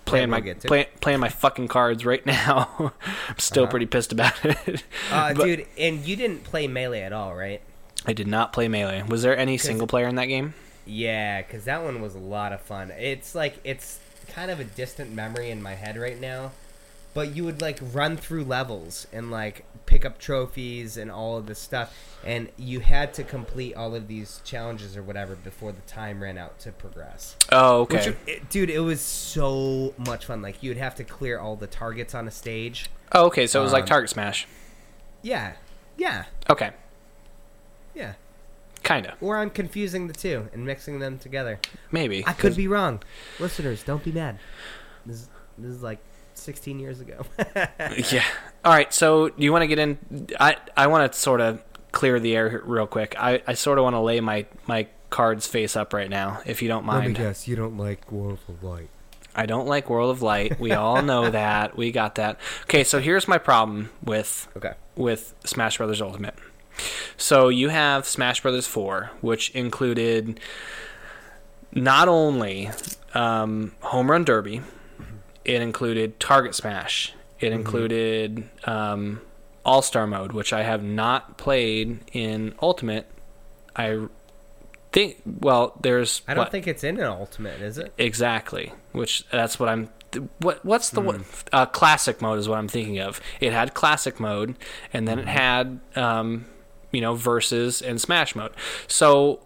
A: Playing my
B: we'll get to.
A: play, playing my fucking cards right now. I'm still pretty pissed about it.
B: Uh-huh. Uh,
A: But
B: dude, and you didn't play melee at all, right?
A: I did not play melee. Was there any single player in that game?
B: Yeah, because that one was a lot of fun. It's like it's kind of a distant memory in my head right now, but you would like run through levels and like pick up trophies and all of this stuff, and you had to complete all of these challenges or whatever before the time ran out to progress.
A: Oh, okay.
B: Which, it- dude, it was so much fun. Like you'd have to clear all the targets on a stage.
A: oh, okay. So it
B: Uh,
A: was like
B: um,
A: Target Smash.
B: Yeah, yeah,
A: Okay.
B: yeah.
A: Kind of.
B: Or I'm confusing the two and mixing them together.
A: Maybe.
B: I could be wrong. Listeners, don't be mad. This, this is like 16 years ago.
A: Yeah. All right. So do you want to get in? I I want to sort of clear the air real quick. I, I sort of want to lay my my cards face up right now, if you don't mind.
B: guess, you don't like Warful Light.
A: I don't like World of Light. We all know that. We got that. Okay. So here's my problem with
B: Okay.
A: with Smash Brothers Ultimate. So you have Smash Brothers Four, which included not only um, Home Run Derby, it included Target Smash,
B: Mm-hmm.
A: it included um, All Star Mode, which I have not played in Ultimate. I think well, there's
B: I don't
A: what-
B: think it's in an ultimate, is it?
A: Exactly. Which that's what I'm. th- What what's the one? Uh, classic mode is what I'm thinking of. It had classic mode, and then it had um, you know versus and smash mode. So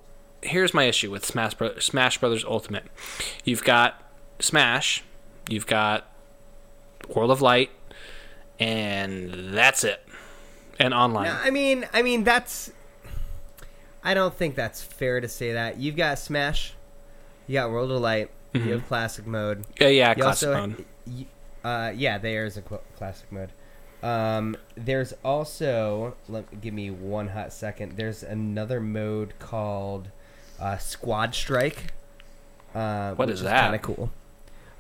A: here's my issue with Smash Bro- Smash Brothers Ultimate. You've got Smash, you've got World of Light, and that's it. And online,
B: No, I mean, I mean that's. I don't think that's fair to say that. You've got Smash, you got World of Light,
A: Mm-hmm.
B: you have Classic Mode.
A: yeah, Uh, yeah,
B: You
A: classic
B: also,
A: mode.
B: y- uh, yeah, there is a cl- Classic Mode. Um, there's also. Let give me one hot second. There's another mode called uh, Squad Strike. Uh,
A: What
B: which
A: is that?
B: Kind of cool.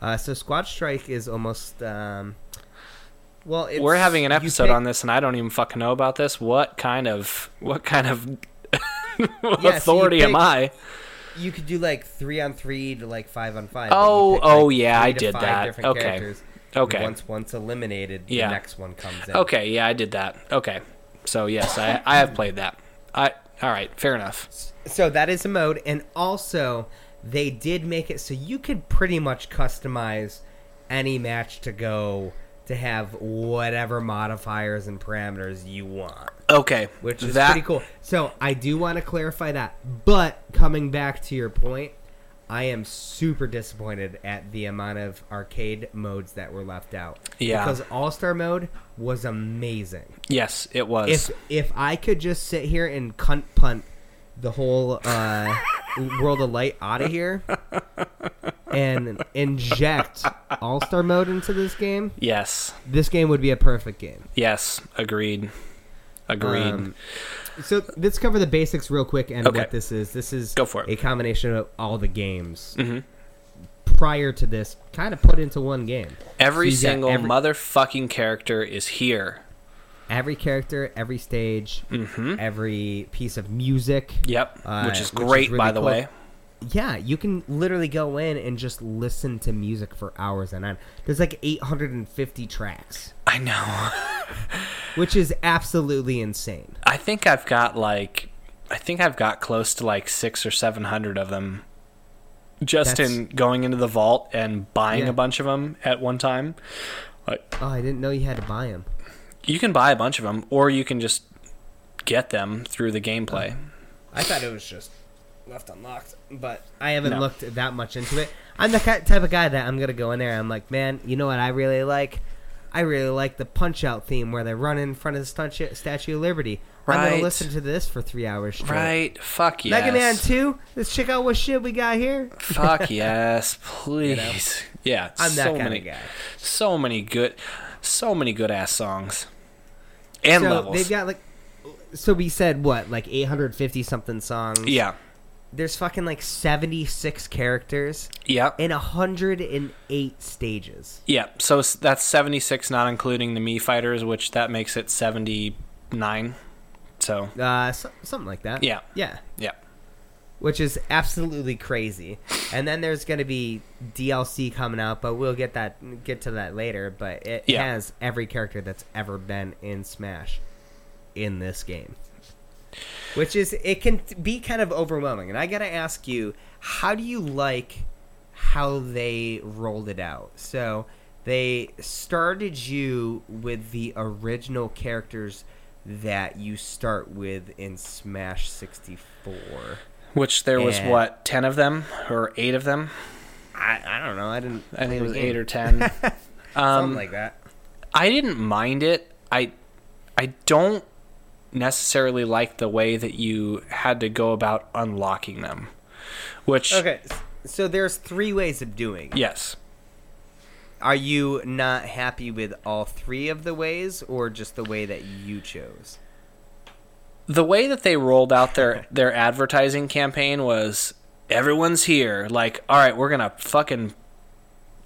B: Uh, so Squad Strike is almost. Um, well, it's,
A: We're having an
B: you
A: episode
B: pick-
A: on this, and I don't even fucking know about this. What kind of what kind of what
B: so you
A: authority am
B: pick-
A: I?
B: you could do like three on three to like five on five.
A: Oh,
B: You pick,
A: oh,
B: like,
A: yeah,
B: three
A: I
B: to
A: did
B: five
A: that.
B: different
A: Okay.
B: characters, and
A: Okay.
B: Once one's eliminated,
A: Yeah. Oh,
B: the next one comes in.
A: Okay, yeah, I did that. Okay, so yes, I I have played that. I all right, fair enough.
B: So that is a mode, and also they did make it so you could pretty much customize any match to go to have whatever modifiers and parameters you want.
A: Okay,
B: which is
A: that
B: pretty cool. So I do want to clarify that. But coming back to your point, I am super disappointed at the amount of arcade modes that were left out.
A: Yeah.
B: because All Star Mode was amazing.
A: yes, it was.
B: If if I could just sit here and cunt punt the whole uh, world of light out of here and inject All Star Mode into this game,
A: yes,
B: this game would be a perfect game.
A: yes, agreed, agreed.
B: Um, so let's cover the basics real quick and
A: Okay.
B: what this is. This is
A: Go for it. Mm-hmm.
B: a combination of all the games prior to this, kind of put into one game.
A: every
B: so you got
A: single
B: every-
A: motherfucking character is here. Mm-hmm.
B: Every character, every stage, every piece of music.
A: Yep,
B: uh,
A: which is great,
B: really
A: by the
B: cool.
A: way.
B: Yeah, you can literally go in and just listen to music for hours and on. There's like 850 tracks,
A: I know.
B: which is absolutely insane.
A: I think I've got like I think I've got close to like six or seven hundred of them. Just
B: That's-
A: in going into the vault and buying
B: Yeah.
A: a bunch of them at one time. Like
B: Oh, I didn't know you had to buy them.
A: you can buy a bunch of them, or you can just get them through the gameplay.
B: Oh, I thought it was just left unlocked, but I haven't
A: No.
B: looked that much into it. I'm the ki- type of guy that I'm gonna go in there. I'm like, man, you know what I really like? I really like the Punch Out theme where they run in front of the statu- Statue of Liberty. I'm
A: Right.
B: gonna listen to this for three hours straight.
A: Right? Fuck yes.
B: Mega Man Two. Let's check out what shit we got here.
A: Fuck yes, please. Yeah.
B: I'm that
A: so
B: kind
A: many,
B: of guy.
A: So many good, so many good ass songs, and
B: so
A: levels.
B: they've got like. So we said what, like 850 something songs.
A: yeah.
B: There's fucking like 76 characters
A: Yeah.
B: in 108 stages.
A: Yeah, so s- that's 76 not including the Mii fighters, which that makes it 79. So,
B: uh, so, something like that.
A: Yeah.
B: yeah,
A: yeah.
B: which is absolutely crazy. And then there's going to be DLC coming out, but we'll get that get to that later. But it
A: Yeah.
B: has every character that's ever been in Smash in this game, which is it can be kind of overwhelming. And I got to ask you, how do you like how they rolled it out? So they started you with the original characters that you start with in Smash 64.
A: Which there was
B: Yeah.
A: what 10 of them or 8 of them?
B: I, I don't know. I didn't.
A: I think it was 8 or Um, 10.
B: Um, something like that.
A: I didn't mind it. I I don't necessarily like the way that you had to go about unlocking them. Which
B: Okay, s- so there's three ways of doing. it.
A: yes.
B: Are you not happy with all three of the ways, or just the way that you chose?
A: the way that they rolled out their their advertising campaign was everyone's here like all right we're gonna fucking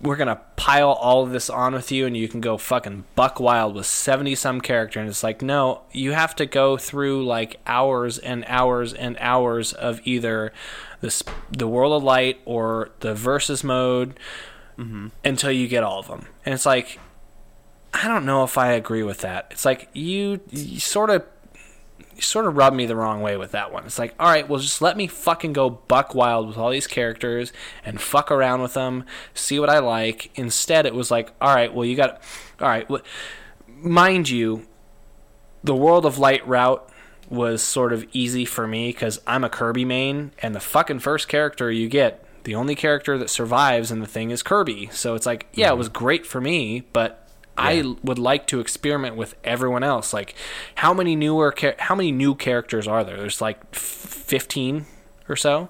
A: we're gonna pile all of this on with you and you can go fucking buck wild with 70 some character and it's like no you have to go through like hours and hours and hours of either this the world of light or the versus mode until you get all of them and it's like i don't know if i agree with that it's like you, you sort of you sort of rubbed me the wrong way with that one. It's like, all right, well, just let me fucking go buck wild with all these characters and fuck around with them, see what I like. Instead, it was like, all right, well, you got, all right, well, mind you, the World of Light route was sort of easy for me because I'm a Kirby main, and the fucking first character you get, the only character that survives in the thing is Kirby. So it's like,
B: Mm-hmm.
A: yeah, it was great for me, but I l- would like to experiment with everyone else. Like, how many newer, cha- how many new characters are there? There's like f- 15 or so.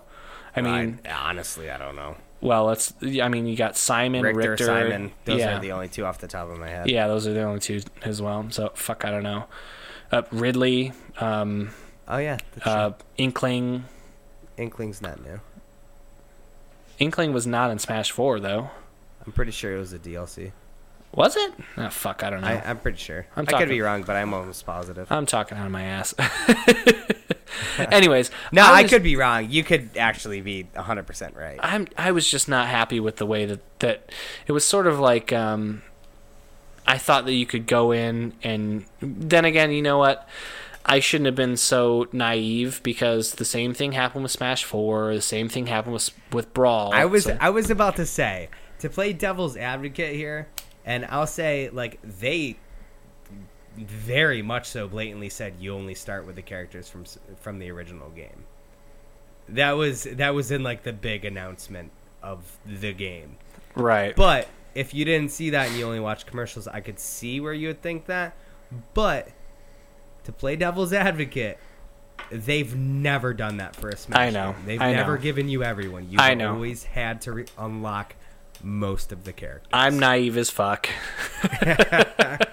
A: I mean,
B: honestly, I don't know.
A: well, that's. I mean, you got Simon,
B: Richter,
A: Richter,
B: Simon, those
A: yeah.
B: are the only two off the top of my head.
A: yeah, those are the only two as well. So fuck, I don't know. Uh, Ridley, um,
B: Oh yeah, that's
A: uh, Inkling.
B: true. Inkling's not new.
A: Inkling was not in Smash Four though.
B: I'm pretty sure it was a DLC.
A: Was it? Oh, fuck, I don't know.
B: I, I'm pretty sure. i
A: I'm
B: could
A: talking-
B: be wrong, but I'm almost positive.
A: I, am talking out of my ass. Anyways,
B: no, I,
A: was-
B: could be wrong. You could actually be 100 percent right.
A: I'm I was just not happy with the way that that it was sort of like um I thought that you could go in and then again, you know what? I shouldn't have been so naive because the same thing happened with Smash 4, the same thing happened with with Brawl.
B: I was
A: So-
B: I was about to say to play devil's advocate here, and I'll say like they very much so blatantly said you only start with the characters from s- from the original game. That was that was in like the big announcement of the game.
A: right.
B: But if you didn't see that and you only watched commercials, I could see where you would think that. But to play devil's advocate, they've never done that for a Smash.
A: I know.
B: game. They've
A: I
B: never
A: know.
B: given you everyone. You've
A: I know.
B: always had to re- unlock most of the characters.
A: I'm naive as fuck.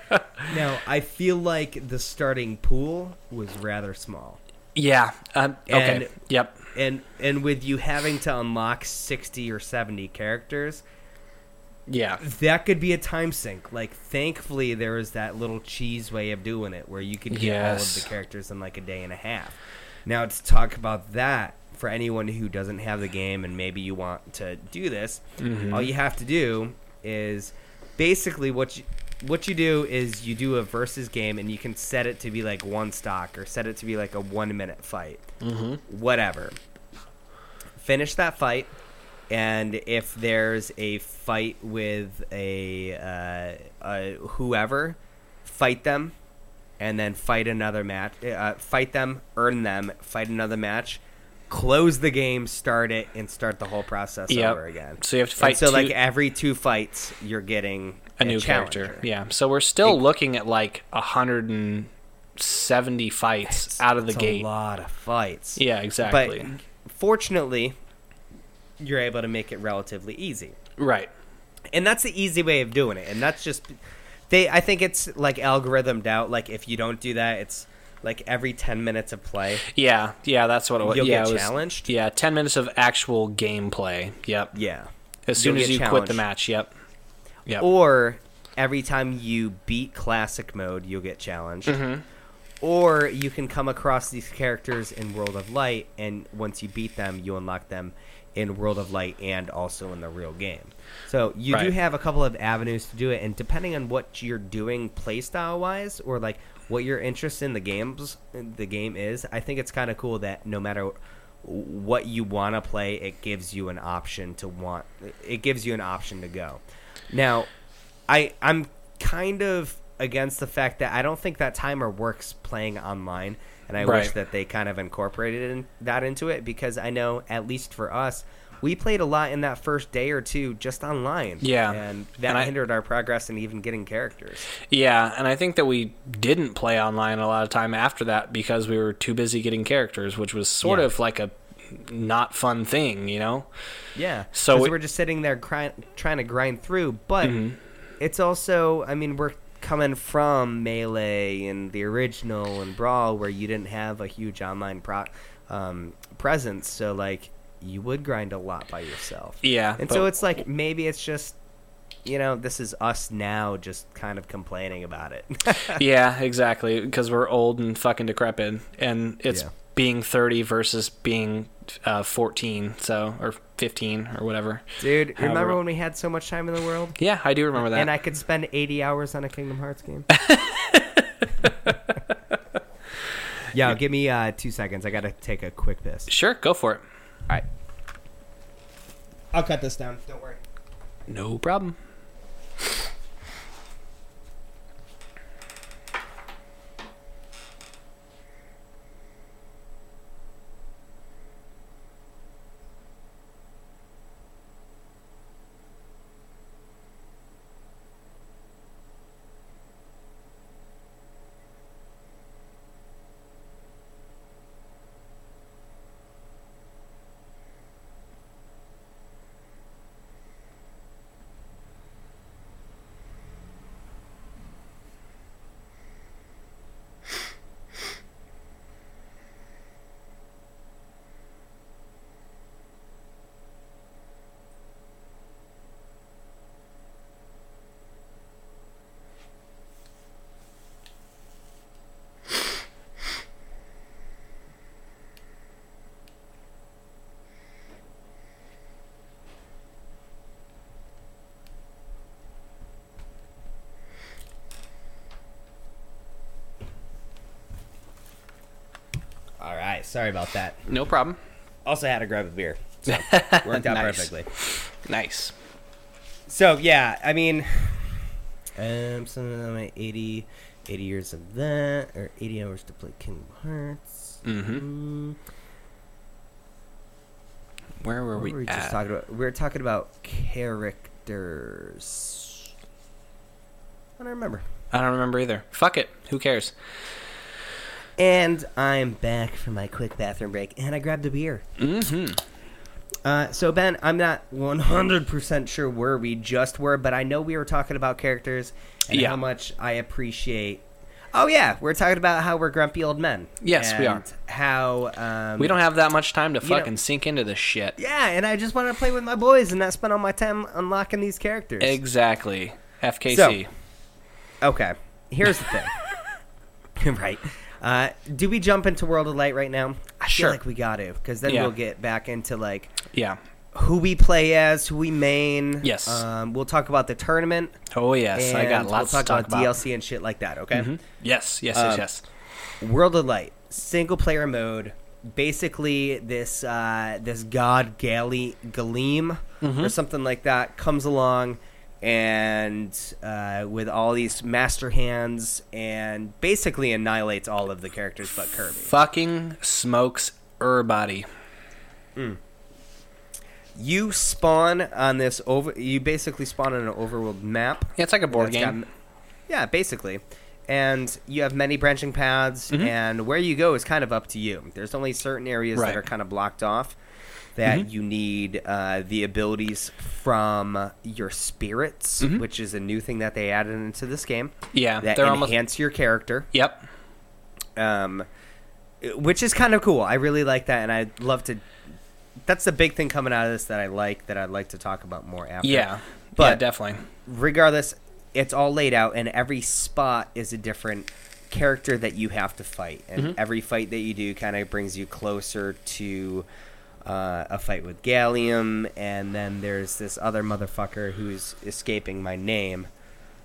B: Now, I feel like the starting pool was rather small.
A: yeah. Um, okay.
B: And-
A: Yep.
B: And and with you having to unlock 60 or 70 characters,
A: Yeah.
B: that could be a time sink. Like, thankfully, there was that little cheese way of doing it where you could get all
A: Yes.
B: of the characters in like a day and a half. Now, to talk about that for anyone who doesn't have the game and maybe you want to do this,
A: Mm-hmm.
B: all you have to do is basically what you. What you do is you do a versus game and you can set it to be like one stock or set it to be like a one minute fight. Mm-hmm. Whatever. Finish that fight and if there's a fight with a, uh, a whoever, fight them, and then fight another match. Uh, fight them, earn them, fight another match, close the game, start it, and start the whole process
A: Yep.
B: over again.
A: So you have to
B: And
A: fight
B: so
A: two-
B: like every two fights, you're getting
A: a new character.
B: challenger.
A: Yeah. So we're still looking at like 170 fights out of the
B: It's
A: gate.
B: a lot of fights.
A: Yeah, exactly.
B: But fortunately, you're able to make it relatively easy.
A: right.
B: and that's the easy way of doing it and that's just they i think it's like algorithmed out like if you don't do that it's like every 10 minutes of play
A: Yeah. Yeah, that's what it was.
B: You'll
A: Oh, yeah,
B: get
A: it was-
B: challenged?
A: Yeah, 10 minutes of actual gameplay. Yep.
B: yeah
A: As soon
B: you'll
A: as
B: get
A: you quit the match.
B: challenged.
A: Yep. Yep.
B: or every time you beat classic mode you'll get challenged
A: Mm-hmm.
B: or you can come across these characters in world of light and once you beat them you unlock them in world of light and also in the real game so you do
A: Right.
B: have a couple of avenues to do it and depending on what you're doing playstyle wise or like what your interest in the games the game is i think it's kind of cool that no matter what you want to play it gives you an option to want it gives you an option to go now I I'm kind of against the fact that I don't think that timer works playing online, and I wish
A: Right.
B: that they kind of incorporated in, that into it because I know at least for us, we played a lot in that first day or two just online.
A: Yeah.
B: and that
A: And I-
B: hindered our progress in even getting characters.
A: Yeah, and I think that we didn't play online a lot of time after that because we were too busy getting characters, which was sort
B: Yeah.
A: of like a not fun thing, you know?
B: Yeah.
A: So
B: 'Cause
A: it- Mm-hmm.
B: we're just sitting there cry- trying to grind through, but it's also, I mean, we're coming from Melee and the original and Brawl where you didn't have a huge online pro- um, presence. So, like, you would grind a lot by yourself.
A: Yeah.
B: And
A: but-
B: so it's like, maybe it's just, you know, this is us now just kind of complaining about it.
A: yeah, exactly, because we're old and fucking decrepit, and it's
B: Yeah.
A: being 30 versus being uh, 14, so or 15 or whatever.
B: Dude,
A: However-
B: remember when we had so much time in the world?
A: Yeah, I do remember that.
B: And I could spend 80 hours on a Kingdom Hearts game. Yo, give me uh, two seconds. I got to take a quick piss.
A: sure, go for it.
B: All right. I'll cut this down. Don't worry.
A: No problem.
B: All right. Sorry about that.
A: No problem.
B: Also had to grab a beer. So worked out
A: Nice.
B: perfectly.
A: Nice.
B: So, yeah, I mean, um, something like 80, 80 years of that, or 80 hours to play Kingdom Hearts.
A: Mm-hmm.
B: Mm.
A: Where were
B: What
A: we,
B: were we
A: at?
B: just talking about? We were talking about characters. I don't remember.
A: I don't remember either. Fuck it. Who cares?
B: And I'm back from my quick bathroom break, and I grabbed a beer.
A: Mm-hmm.
B: Uh, so Ben, I'm not 100% sure where we just were, but I know we were talking about characters and
A: Yeah.
B: how much I appreciate. Oh yeah, we're talking about how we're grumpy old men.
A: Yes, we
B: and How um,
A: We don't have that much time to
B: know-
A: fucking sink into this shit.
B: Yeah, and I just want to play with my boys and not spend all my time unlocking these characters.
A: Exactly. FKC.
B: Okay, here's the thing. right. Uh, do we jump into World of Light right now? I
A: Sure.
B: feel like we got to, because then
A: Yeah.
B: we'll get back into like
A: yeah.
B: who we play as, who we main.
A: Yes.
B: Um, we'll talk about the tournament.
A: Oh yes, I got
B: and
A: lots
B: we'll
A: to talk about.
B: DLC and shit like that. Okay.
A: Mhm. Yes, yes, yes,
B: Um,
A: yes.
B: World of Light, single player mode. Basically, this uh, this god Gally Galeem
A: Mm-hmm.
B: or something like that comes along, and uh, with all these master hands, and basically annihilates all of the characters but Kirby.
A: Fucking smokes er everybody.
B: You spawn on this over. You basically spawn on an overworld map.
A: Yeah, it's like a board
B: That's
A: game.
B: got- yeah, basically. And you have many branching paths,
A: Mm-hmm.
B: and where you go is kind of up to you. There's only certain areas
A: Right. Mm-hmm.
B: that are kind of blocked off that you need uh, the abilities from your spirits, which is a new thing that they added into this game.
A: Mm-hmm. Yeah,
B: that
A: they're
B: enhance
A: almost.
B: your character,
A: Yep.
B: um, which is kind of cool. I really like that, and I'd love to. That's the big thing coming out of this that I like that I'd like to talk about more after
A: Yeah. But yeah,
B: But-
A: definitely.
B: regardless, it's all laid out, and every spot is a different character that you have to fight, and
A: Mm-hmm.
B: every fight that you do kind of brings you closer to uh, a fight with Gallium, and then there's this other motherfucker who's escaping my name.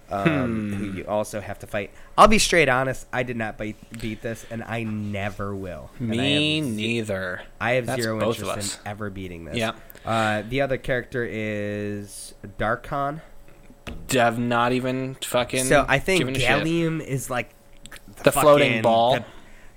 A: Hmm.
B: Um, Who you also have to fight. I'll be straight honest. I did not beat, beat this, and I never will. And I
A: Me
B: have
A: neither.
B: I have
A: That's
B: zero
A: both of
B: interest
A: us.
B: in ever beating this.
A: Yeah.
B: Uh, the other character is Darkon.
A: Have not even fucking.
B: So I think
A: given a shit.
B: Gallium is like
A: The floating ball.
B: the-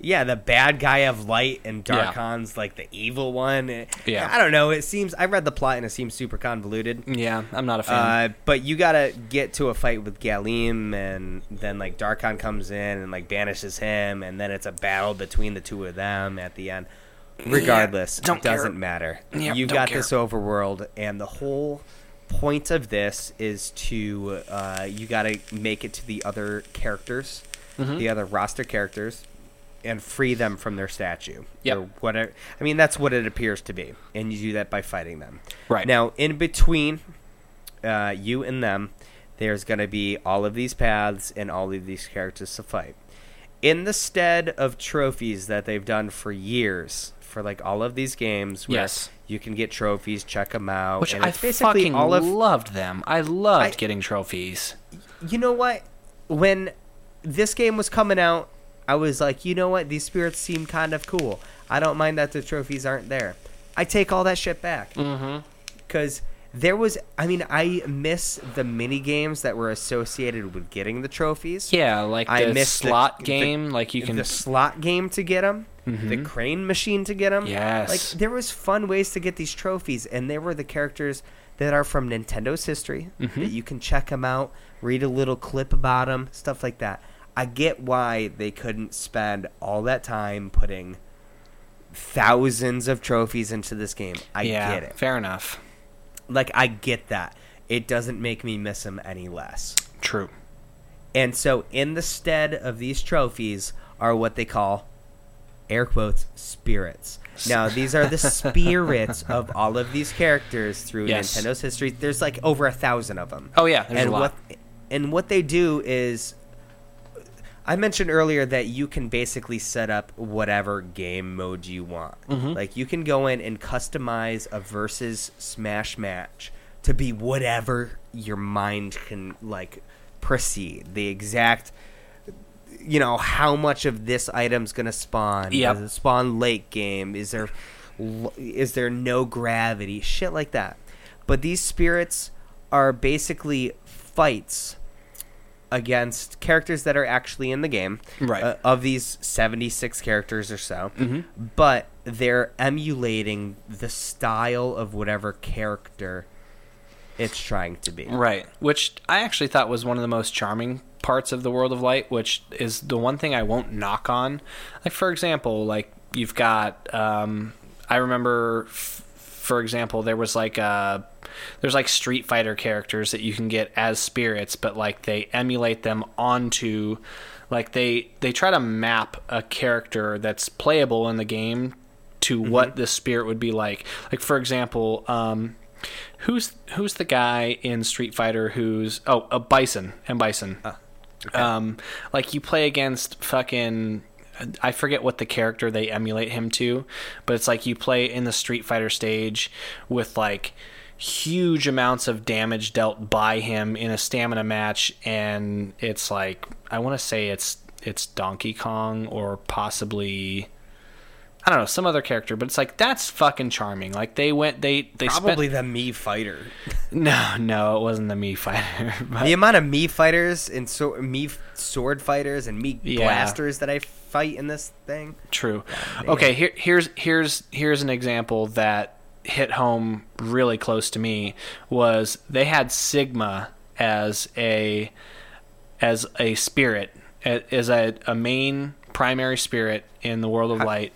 B: yeah, the bad guy of light and
A: Yeah.
B: Darkon's like the evil one. It-
A: Yeah.
B: I don't know. It seems I read the plot and it seems super convoluted.
A: Yeah, I'm not a fan.
B: Uh, but you gotta get to a fight with Galim, and then like Darkon comes in and like banishes him, and then it's a battle between the two of them at the end. Regardless,
A: don't
B: it doesn't
A: care.
B: matter.
A: Yeah,
B: you
A: don't
B: got
A: care.
B: this overworld, and the whole point of this is to uh, you gotta make it to the other characters, the other roster characters, and free them from their statue.
A: Yep.
B: Or whatever. I mean, that's what it appears to be, and you do that by fighting them.
A: Right.
B: now, in between uh, you and them, there's going to be all of these paths and all of these characters to fight. In the stead of trophies that they've done for years, for like all of these games, where
A: Yes.
B: you can get trophies, check them out,
A: Which
B: and
A: I
B: it's basically
A: fucking
B: all of
A: loved them. I loved
B: I-
A: getting trophies.
B: you know what? When this game was coming out, I was like, you know what? These spirits seem kind of cool. I don't mind that the trophies aren't there. I take all that shit back. Mm-hmm. Because there was, I mean, I miss the mini games that were associated with getting the trophies.
A: Yeah, like the
B: I miss the-
A: slot
B: the-
A: game. like you can. Mm-hmm.
B: the slot game to get them, the crane machine to get them.
A: Yes.
B: like there was fun ways to get these trophies, and there were the characters that are from Nintendo's history
A: Mm-hmm.
B: that you can check them out, read a little clip about them, stuff like that. I get why they couldn't spend all that time putting thousands of trophies into this game. I
A: yeah,
B: get it.
A: fair enough.
B: Like I get that. It doesn't make me miss them any less.
A: True.
B: And so, in the stead of these trophies are what they call air quotes spirits. Now, these are the spirits of all of these characters through
A: Yes.
B: Nintendo's history. There's like over a thousand of them.
A: Oh, yeah, there's
B: and
A: a lot.
B: what and what they do is. I mentioned earlier that you can basically set up whatever game mode you want. Like you can go in and customize a versus smash match to be whatever your mind can like proceed. The exact you know how much of this item's gonna spawn.
A: Yep.
B: Does it spawn late game? Is there l- is there no gravity? Shit like that. But these spirits are basically fights against characters that are actually in the game.
A: Right.
B: uh, of these seventy six characters or so,
A: Mm-hmm.
B: but they're emulating the style of whatever character it's trying to be.
A: Right. Which I actually thought was one of the most charming parts of the World of Light, which is the one thing I won't knock on. Like, for example, like you've got, um, I remember, f- for example, there was like a. There's like Street Fighter characters that you can get as spirits, but like they emulate them onto, like they they try to map a character that's playable in the game to what the spirit would be like. Like for example, um, who's who's the guy in Street Fighter who's oh a bison and bison. Um, like you play against fucking. I forget what the character they emulate him to, but it's like you play in the Street Fighter stage with like huge amounts of damage dealt by him in a stamina match, and it's like I want to say it's it's Donkey Kong or possibly I don't know some other character, but it's like that's fucking charming. Like they went they they spent-
B: Probably the me fighter.
A: no, no, it wasn't the Mii Fighter. but-
B: The amount of me fighters and so me f- sword fighters and me
A: Yeah.
B: blasters that I fight in this thing.
A: True. Okay, here, here's here's here's an example that hit home really close to me was they had Sigma as a as a spirit a- as a, a main primary spirit in the world of light.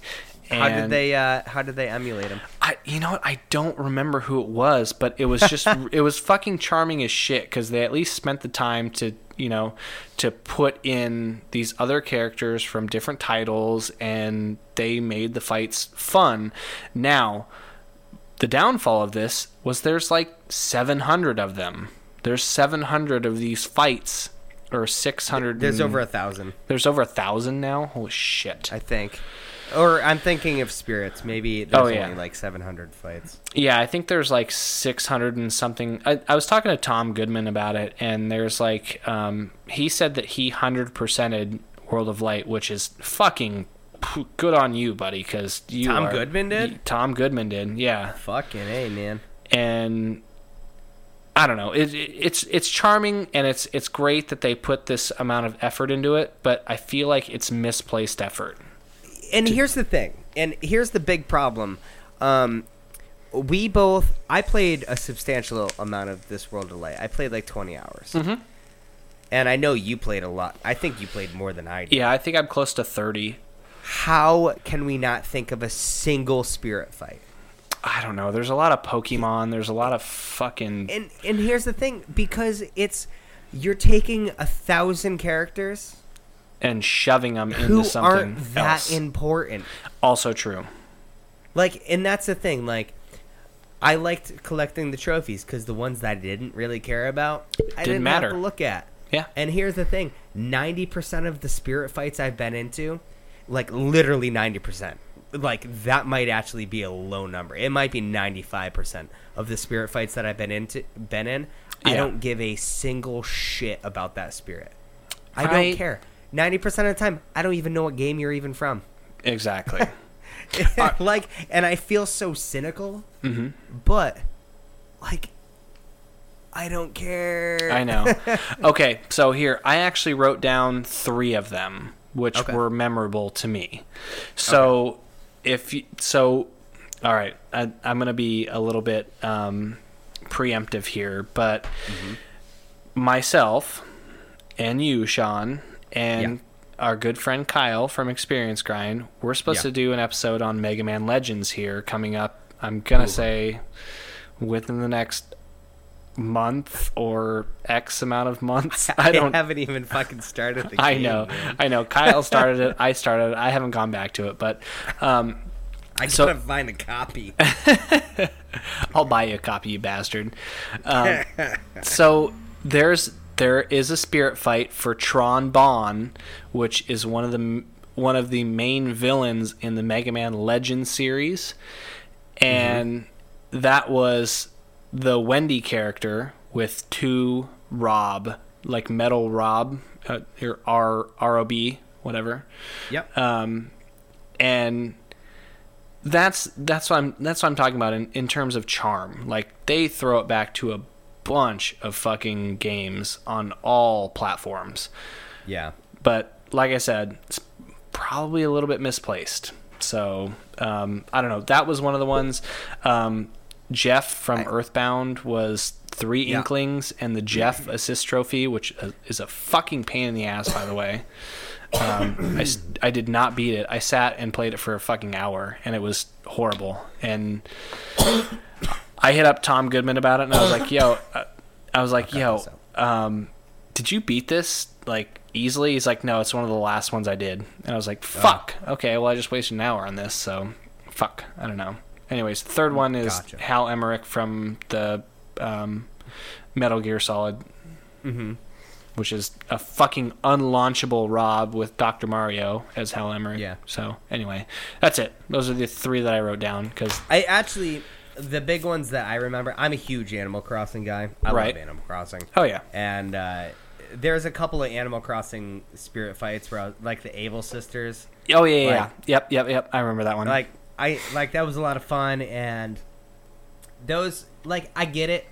A: And
B: How did they? Uh, how did they emulate him?
A: I you know what I don't remember who it was, but it was just it was fucking charming as shit because they at least spent the time to you know to put in these other characters from different titles and they made the fights fun. Now the downfall of this was there's like 700 of them. There's 700 of these fights or 600.
B: There's
A: and-
B: over a thousand,
A: there's over a thousand now. Holy shit!
B: I think. Or I'm thinking of spirits. Maybe there's
A: Oh, yeah.
B: only like 700 fights.
A: Yeah, I think there's like 600 and something. I, I was talking to Tom Goodman about it, and there's like, um, he said that he 100%ed World of Light, which is fucking p- good on you, buddy, because you.
B: Tom
A: are-
B: Goodman did?
A: Tom Goodman did, yeah.
B: Fucking a man.
A: And. I don't know. It, it, it's it's charming and it's it's great that they put this amount of effort into it, but I feel like it's misplaced effort.
B: and here's the thing, and here's the big problem. Um, we both, I played a substantial amount of this World of Light. I played like 20 hours,
A: Mm-hmm.
B: and I know you played a lot. I think you played more than I did.
A: Yeah, I think I'm close to 30.
B: How can we not think of a single spirit fight?
A: I don't know. There's a lot of Pokemon. There's a lot of fucking.
B: And and here's the thing, because it's you're taking a thousand characters
A: and shoving them into
B: who
A: something
B: aren't that
A: else.
B: important.
A: also true.
B: Like, and that's the thing. Like, I liked collecting the trophies because the ones that I didn't really care about, I
A: Didn't
B: didn't
A: matter.
B: Have to look at.
A: Yeah.
B: And here's the thing: ninety percent of the spirit fights I've been into, like literally ninety percent. Like that might actually be a low number. It might be ninety-five percent of the spirit fights that I've been into, been in. I
A: Yeah.
B: don't give a single shit about that spirit. I
A: I-
B: don't care. Ninety percent of the time, I don't even know what game you're even from.
A: Exactly.
B: like, and I feel so cynical,
A: Mm-hmm.
B: but like, I don't care.
A: I know. Okay, so here I actually wrote down three of them, which
B: Okay.
A: were memorable to me. So if you, so, all right, I, I'm gonna be a little bit um, preemptive here, but
B: Mm-hmm.
A: myself and you, Sean, and our good friend Kyle from Experience Grind, we're supposed
B: Yeah.
A: to do an episode on Mega Man Legends here coming up. I'm gonna say within the next month or X amount of months. I don't.
B: haven't even fucking started the game.
A: I know. I know. Kyle started it. I started it. I haven't gone back to it, but um,
B: I
A: So-
B: gotta find a copy.
A: I'll buy you a copy, you bastard. Um, so there's there is a spirit fight for Tron Bon, which is one of the one of the main villains in the Mega Man Legends series, and that was the Wendy character with two Rob, like metal Rob, uh, or R R O B, whatever
B: yep.
A: Uh, and that's that's what I'm that's what I'm talking about in, in terms of charm. Like they throw it back to a bunch of fucking games on all platforms,
B: yeah.
A: but like I said, it's probably a little bit misplaced. So um, I don't know. That was one of the ones. Um, Jeff from Earthbound was three
B: Yeah.
A: Inklings and the Jeff Assist Trophy, which uh, is a fucking pain in the ass, by the way. Um, I, s- I did not beat it. I sat and played it for a fucking hour, and it was horrible. And I hit up Tom Goodman about it, and I was like, "Yo," uh, I was like, "Yo,
B: so-
A: um, did you beat this like easily?" He's like, "No, it's one of the last ones I did." And I was like, "Fuck." Okay, well, I just wasted an hour on this, so fuck. I don't know. Anyways, the third one is
B: Gotcha.
A: Hal Emmerich from the um, Metal Gear Solid
B: Mm-hmm.
A: which is a fucking unlaunchable Rob with Dr. Mario as Hal Emmerich.
B: Yeah.
A: So anyway, that's it. Those are the three that I wrote down because
B: I actually, the big ones that I remember. I'm a huge Animal Crossing guy. I
A: Right.
B: love Animal Crossing.
A: oh yeah,
B: And uh, there's a couple of Animal Crossing spirit fights where, I, was- like, the Abel sisters.
A: oh yeah, yeah, yeah.
B: Like-
A: yep, yep, yep. I remember that one.
B: like I like that was a lot of fun and those like I get it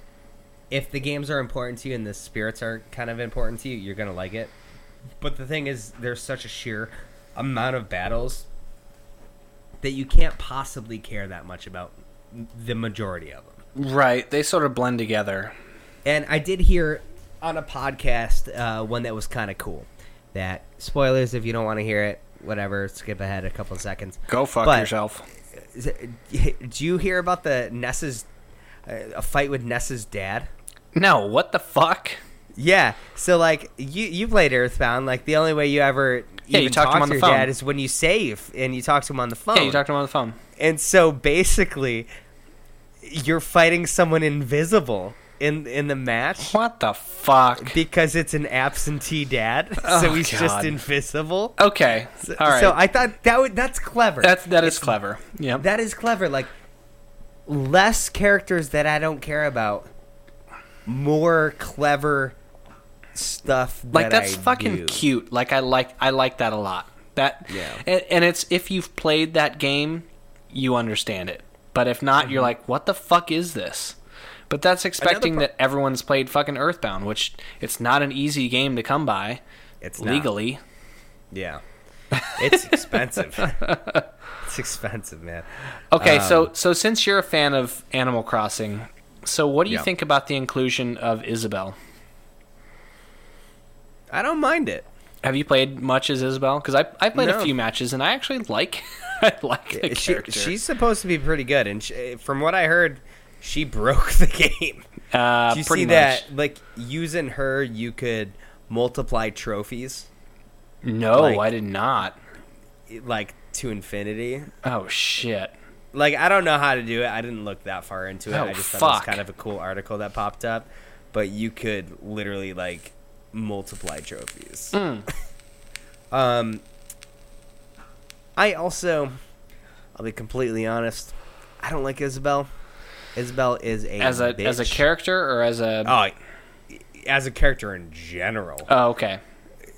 B: if the games are important to you and the spirits are kind of important to you you're gonna like it but the thing is there's such a sheer amount of battles that you can't possibly care that much about the majority of them
A: right, they sort of blend together.
B: and I did hear on a podcast uh, one that was kind of cool. That spoilers, if you don't want to hear it, whatever, skip ahead a couple seconds.
A: Go fuck
B: But-
A: yourself.
B: Is it- do you hear about the Ness's uh, a fight with Ness's dad?
A: No, what the fuck?
B: Yeah. So like you you played Earthbound. Like the only way you ever
A: Yeah, you
B: even
A: talk to him on the
B: your
A: phone.
B: dad is when you save and you talk to him on the phone.
A: Yeah, you talked to him on the phone.
B: and so basically, you're fighting someone invisible in in the match.
A: What the fuck?
B: Because it's an absentee dad, so
A: Oh,
B: he's
A: God.
B: just invisible.
A: Okay, all right.
B: So I thought that would, that's clever.
A: that's that is clever. Yeah.
B: That is clever. Like less characters that I don't care about, more clever stuff.
A: like
B: that
A: that's
B: I
A: fucking
B: do.
A: cute like i like i like that a lot that
B: Yeah.
A: and, and it's if you've played that game you understand it but if not you're like what the fuck is this but that's expecting
B: Mm-hmm. pro-
A: that everyone's played fucking earthbound which it's not an easy game to come by
B: It's not.
A: legally
B: Yeah. It's expensive. it's expensive, man.
A: Okay, so
B: Um,
A: so since you're a fan of Animal Crossing, so what do you
B: Yeah.
A: think about the inclusion of Isabel?
B: I don't mind it.
A: Have you played much as Isabel? Because I I played a
B: No.
A: few matches and I actually like I like the
B: She-
A: character.
B: she's supposed to be pretty good, and she, from what I heard, she broke the game.
A: uh,
B: Did you
A: pretty
B: see
A: much.
B: that? Like using her, you could multiply trophies
A: No,
B: Like-
A: I did not.
B: like to infinity.
A: Oh shit.
B: Like I don't know how to do it. I didn't look that far into it.
A: Oh,
B: I just thought it was
A: fuck.
B: kind of a cool article that popped up, but you could literally like multiply trophies.
A: Hmm.
B: um, I also, I'll be completely honest. I don't like Isabel. Isabel is a
A: As a as a
B: bitch.
A: character or as a
B: Oh, as a character in general,
A: Oh, okay.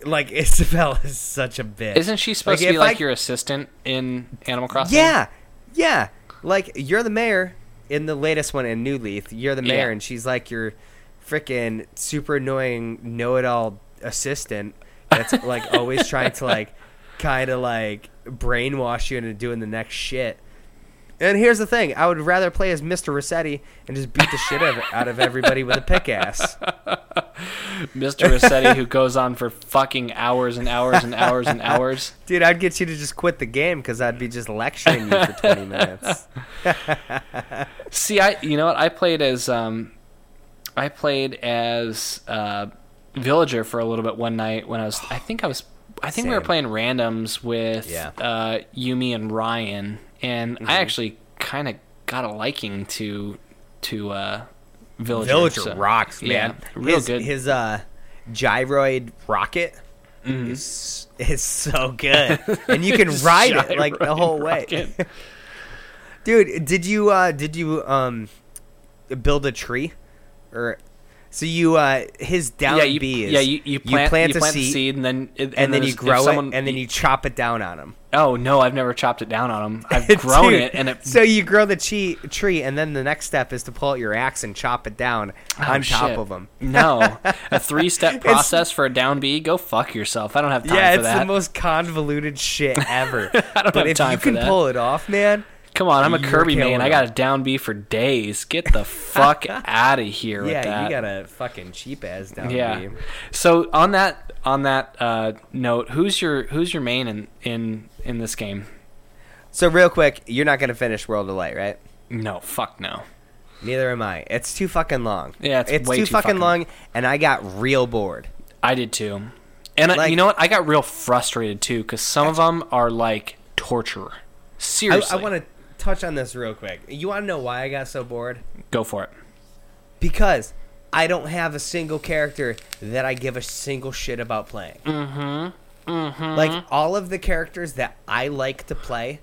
B: like Isabel is such a bitch.
A: Isn't she supposed to
B: if
A: be like
B: I-
A: your assistant in Animal Crossing?
B: Yeah, yeah. Like you're the mayor in the latest one in New Leaf. You're the mayor,
A: Yeah.
B: and she's like your freaking super annoying know-it-all assistant that's like always trying to like kind of like brainwash you into doing the next shit. And here's the thing: I would rather play as Mr. Rossetti and just beat the shit out of- out of everybody with a pickaxe.
A: Mr. Rossetti who goes on for fucking hours and hours and hours and hours.
B: Dude, I'd get you to just quit the game because I'd be just lecturing you for 20 minutes.
A: See, I you know what I played as um, I played as uh, villager for a little bit one night when I was I think I was I think we were
B: Same.
A: playing randoms with
B: Yeah. Mm-hmm.
A: uh, Yumi and Ryan, and I actually kind of got a liking to to uh, villager.
B: Villager
A: so-
B: rocks,
A: yeah,
B: man.
A: real
B: his,
A: good.
B: His uh, gyroid rocket
A: Mm-hmm.
B: is, is so good, and you can ride it like the whole way,
A: Rocket.
B: dude. Did you uh, did you um, build a tree, or so you uh, his down
A: yeah, you,
B: B is
A: yeah, you, you plant, you plant,
B: a
A: the
B: seed,
A: seed, and then it-
B: and, then
A: there's-
B: you
A: if
B: grow
A: someone,
B: it, and then you chop it down on him.
A: Oh no, I've never chopped it down on them. I've grown
B: Dude,
A: it, and it
B: so you grow the chi- tree, and then the next step is to pull out your axe and chop it down
A: Oh,
B: on top
A: shit.
B: of them.
A: no, a three-step process for a down B. Go fuck yourself. I don't have time
B: yeah,
A: for
B: it's
A: that.
B: the most convoluted shit ever.
A: I don't
B: but
A: have
B: if
A: time
B: you
A: for
B: can
A: that.
B: pull it off, man,
A: Come on, I'm a
B: You're
A: Kirby
B: killing
A: man. I
B: them.
A: got a down B for days. Get the fuck out of here with that.
B: yeah, you got a fucking cheap ass down
A: yeah.
B: game.
A: So on that on that uh, note, who's your who's your main in in in this game?
B: So real quick, you're not gonna finish World of Light, right?
A: No, fuck no.
B: Neither am I. It's too fucking long.
A: Yeah, it's way
B: too,
A: too
B: fucking
A: fucking-
B: long, and I got real bored.
A: I did too. And I,
B: Like-
A: you know what? I got real frustrated too because some of them are like torture.
B: I,
A: Seriously,
B: I want to touch on this real quick. You want to know why I got so bored?
A: go for it.
B: Because I don't have a single character that I give a single shit about playing. Mm-hmm. Mm-hmm. Like all of the characters that I like to play,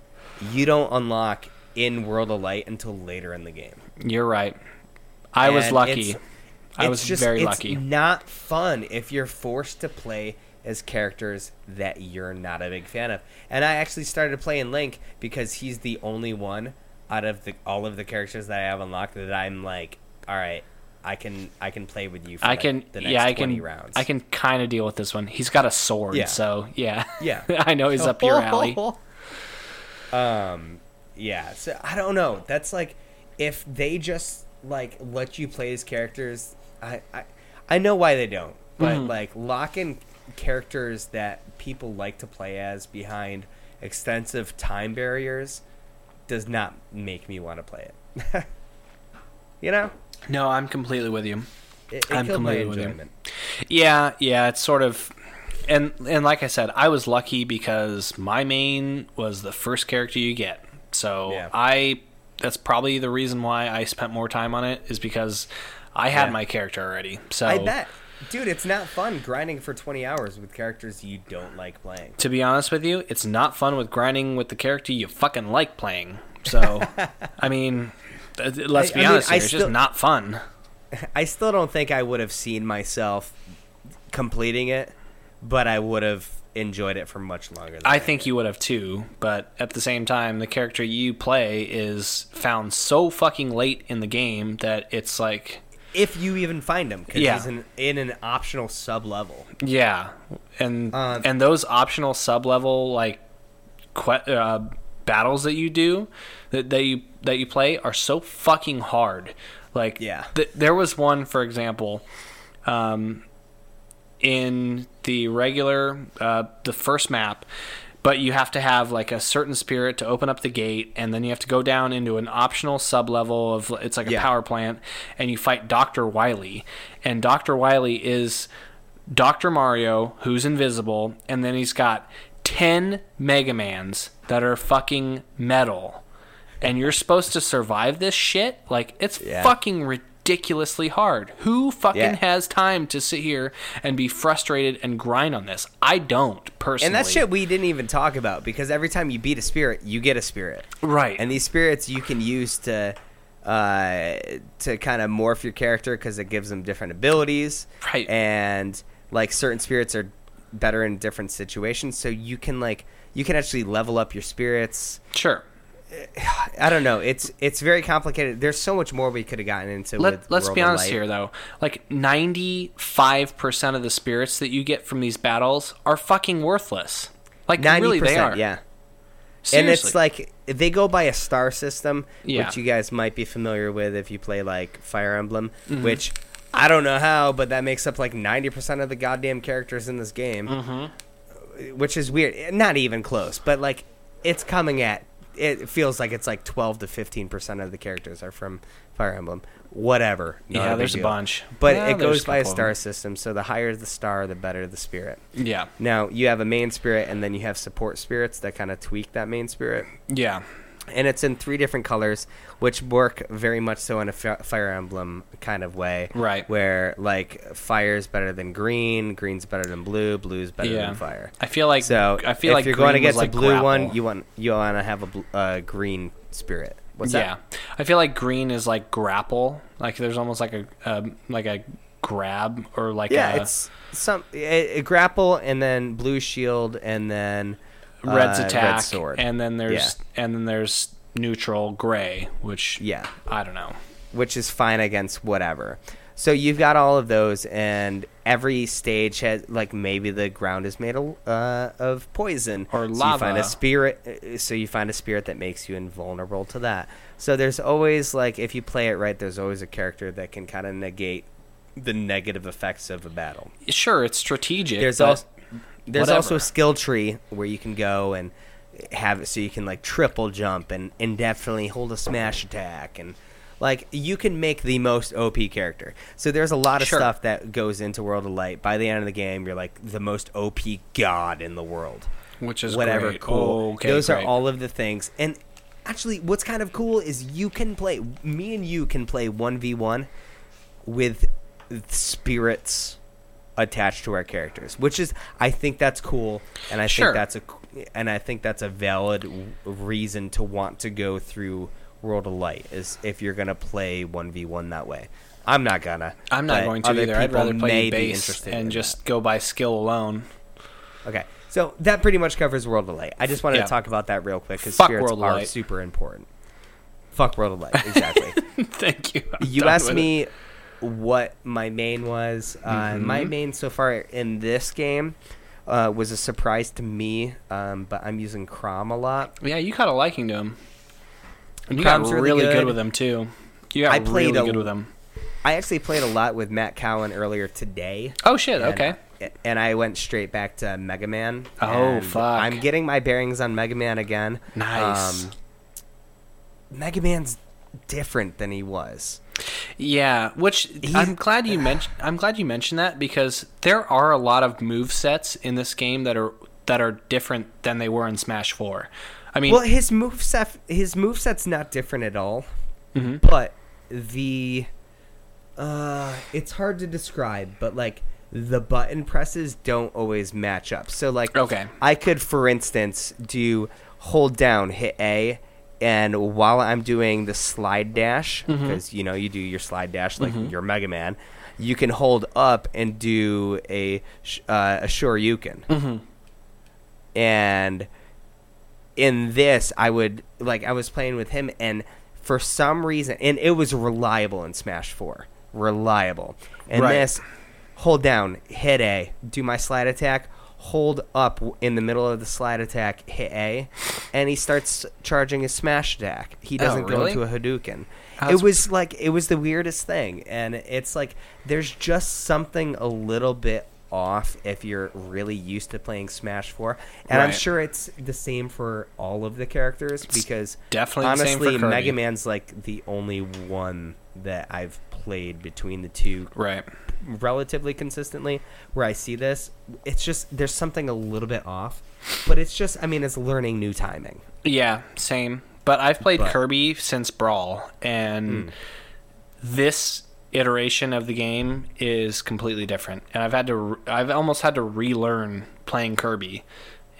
B: you don't unlock in World of Light until later in the game.
A: You're right. I was
B: And
A: lucky.
B: it's-
A: I was very lucky.
B: It's not fun if you're forced to play as characters that you're not a big fan of. And I actually started playing Link because he's the only one out of the all of the characters that I have unlocked that I'm like, all right, I can I can play with you. For
A: I
B: like,
A: can,
B: the next
A: yeah, I
B: 20
A: can,
B: rounds.
A: I can kind of deal with this one. He's got a sword,
B: Yeah.
A: so yeah,
B: Yeah.
A: I know he's up your alley.
B: Um, yeah. So I don't know. That's like if they just like let you play as characters. I I, I know why they don't, but
A: Mm-hmm.
B: like locking characters that people like to play as behind extensive time barriers does not make me want to play it. you know,
A: No, I'm completely with you.
B: it, it
A: I'm
B: killed my
A: completely with you.
B: enjoyment.
A: Yeah, yeah, it's sort of, and and like I said, I was lucky because my main was the first character you get. So
B: Yeah.
A: I, that's probably the reason why I spent more time on it is because I had
B: Yeah.
A: my character already. So
B: I bet, dude, it's not fun grinding for twenty hours with characters you don't like playing.
A: to be honest with you, it's not fun with grinding with the character you fucking like playing. So, I mean, th- th- let's
B: I-
A: be
B: I mean,
A: honest
B: I
A: here, it's
B: still-
A: just not fun.
B: I still don't think I would have seen myself completing it, but I would have enjoyed it for much longer. Than
A: I think you would have too, but at the same time, the character you play is found so fucking late in the game that it's like,
B: if you even find him, because
A: Yeah.
B: he's in, in an optional sub level.
A: Yeah, and
B: Um,
A: and those optional sub level like que- uh, battles that you do that that you that you play are so fucking hard. Like
B: Yeah.
A: th- there was one for example, um, in the regular uh, the first map. But you have to have like a certain spirit to open up the gate, and then you have to go down into an optional sub level of it's like a
B: Yeah.
A: power plant, and you fight Doctor Wiley, and Doctor Wiley is Dr. Mario, who's invisible, and then he's got 10 Mega Mans that are fucking metal. And you're supposed to survive this shit? Like, it's
B: Yeah.
A: fucking ridiculously hard. Who fucking
B: Yeah.
A: has time to sit here and be frustrated and grind on this? I don't, personally.
B: And that shit we didn't even talk about because every time you beat a spirit, you get a spirit.
A: Right.
B: And these spirits you can use to uh, to kind of morph your character because it gives them different abilities.
A: Right.
B: And like certain spirits are better in different situations, so you can like you can actually level up your spirits.
A: sure.
B: I don't know. It's it's very complicated. There's so much more we could have gotten into.
A: Let,
B: with
A: let's
B: World
A: be
B: of
A: honest
B: Light.
A: here, though. Like, 95% of the spirits that you get from these battles are fucking worthless. Like,
B: Ninety
A: really, they are.
B: percent, yeah.
A: Seriously.
B: And it's like they go by a star system,
A: Yeah.
B: which you guys might be familiar with if you play like Fire Emblem,
A: Mm-hmm.
B: which I don't know how, but that makes up like ninety percent of the goddamn characters in this game,
A: Mm-hmm.
B: which is weird. Not even close, but like it's coming at. It feels like it's like twelve to fifteen percent of the characters are from Fire Emblem. Whatever. Not
A: yeah,
B: big
A: there's a
B: deal.
A: bunch.
B: But
A: Yeah,
B: it
A: there's
B: goes by a
A: couple of
B: star
A: them.
B: system, so the higher the star, the better the spirit.
A: Yeah,
B: Now you have a main spirit, and then you have support spirits that kind of tweak that main spirit
A: yeah,
B: and it's in three different colors, which work very much so in a fi- Fire Emblem kind of way.
A: Right.
B: Where like fire's better than green, green's better than blue, blue's better
A: yeah.
B: than fire.
A: I feel like
B: So
A: I feel
B: if
A: like
B: you're going
A: green was
B: against
A: like
B: a blue one,
A: grapple.
B: you want you want to have a bl- uh, green spirit. What's
A: yeah,
B: that?
A: I feel like green is like grapple. Like there's almost like a um, like a grab or like
B: Yeah,
A: a
B: it's some a, a grapple and then blue shield and then uh,
A: red's
B: red
A: attack,
B: sword.
A: and then there's and then there's neutral gray, which
B: yeah.
A: I don't know.
B: which is fine against whatever. So you've got all of those, and every stage has like maybe the ground is made of, uh, of poison
A: Or
B: So you find
A: lava.
B: a spirit. uh, So you find a spirit that makes you invulnerable to that. So there's always like if you play it right, there's always a character that can kind of negate the negative effects of a battle.
A: Sure, it's strategic.
B: There's
A: but-
B: also there's
A: whatever.
B: also a skill tree where you can go and have it so you can like triple jump and indefinitely hold a smash attack and like you can make the most OP character. So there's a lot of
A: Sure.
B: stuff that goes into World of Light. By the end of the game, you're like the most OP god in the world
A: which is
B: whatever
A: great. Oh,
B: cool.
A: Okay,
B: Those
A: great.
B: are all of the things. And actually, what's kind of cool is you can play. Me and you can play one v one with spirits attached to our characters, which is I think that's cool, and I
A: Sure.
B: think that's a c- and I think that's a valid w- reason to want to go through World of Light is if you're gonna play one v one that way. I'm not gonna.
A: I'm not
B: but
A: going to
B: other
A: either. I'd
B: people
A: rather
B: may
A: play
B: be
A: base
B: interested
A: and
B: in
A: just
B: that.
A: go by skill alone.
B: Okay, so that pretty much covers World of Light. I just wanted
A: Yeah.
B: to talk about that real quick because
A: Fuck
B: spirits
A: World of
B: are
A: Light.
B: super important. Fuck World of Light, exactly.
A: Thank you. I'm
B: you
A: done
B: asked
A: with it. Mm-hmm.
B: me what my main was. Uh, My main so far in this game uh, was a surprise to me, um, but I'm using Crom a lot.
A: Yeah, you caught a liking to him. And you
B: Crom's
A: got
B: really
A: really good.
B: good.
A: with him too. You got
B: I played
A: really
B: a-
A: good with him.
B: I actually played a lot with Matt Cowan earlier today.
A: Oh shit,
B: And-
A: okay.
B: And I went straight back to Mega Man.
A: Oh,
B: and
A: fuck.
B: I'm getting my bearings on Mega Man again. Um,
A: Nice.
B: Mega Man's different than he was.
A: Yeah, which I'm glad you mentioned I'm glad you mentioned that because there are a lot of move sets in this game that are that are different than they were in Smash 4. I mean,
B: Well, his moveset his moveset's not different at all.
A: mm-hmm.
B: But the uh it's hard to describe, but like the button presses don't always match up. So like
A: Okay.
B: I could for instance do hold down hit A and while I'm doing the slide dash
A: Mm-hmm.
B: because you know you do your slide dash like your Mega Man, you can hold up and do a sh- uh, a Shoryuken. And in this i would like i was playing with him and for some reason and it was reliable in smash 4 reliable. And
A: Right.
B: this, hold down, hit A, do my slide attack, hold up w- in the middle of the slide attack, hit A, and he starts charging his smash attack. He doesn't
A: Oh, really?
B: go into a Hadouken.
A: That's-
B: it was like it was the weirdest thing, and it's like there's just something a little bit off if you're really used to playing Smash 4, and I'm
A: Right.
B: sure it's the same for all of the characters because
A: definitely the same for
B: honestly,
A: Kirby.
B: Mega Man's like the only one that I've played between the two
A: Right.
B: relatively consistently where I see this. It's just there's something a little bit off, but it's just I mean it's learning new timing.
A: Yeah, same. But I've played
B: But- Hmm.
A: Kirby since Brawl, and this iteration of the game is completely different. And I've had to, re- I've almost had to relearn playing Kirby.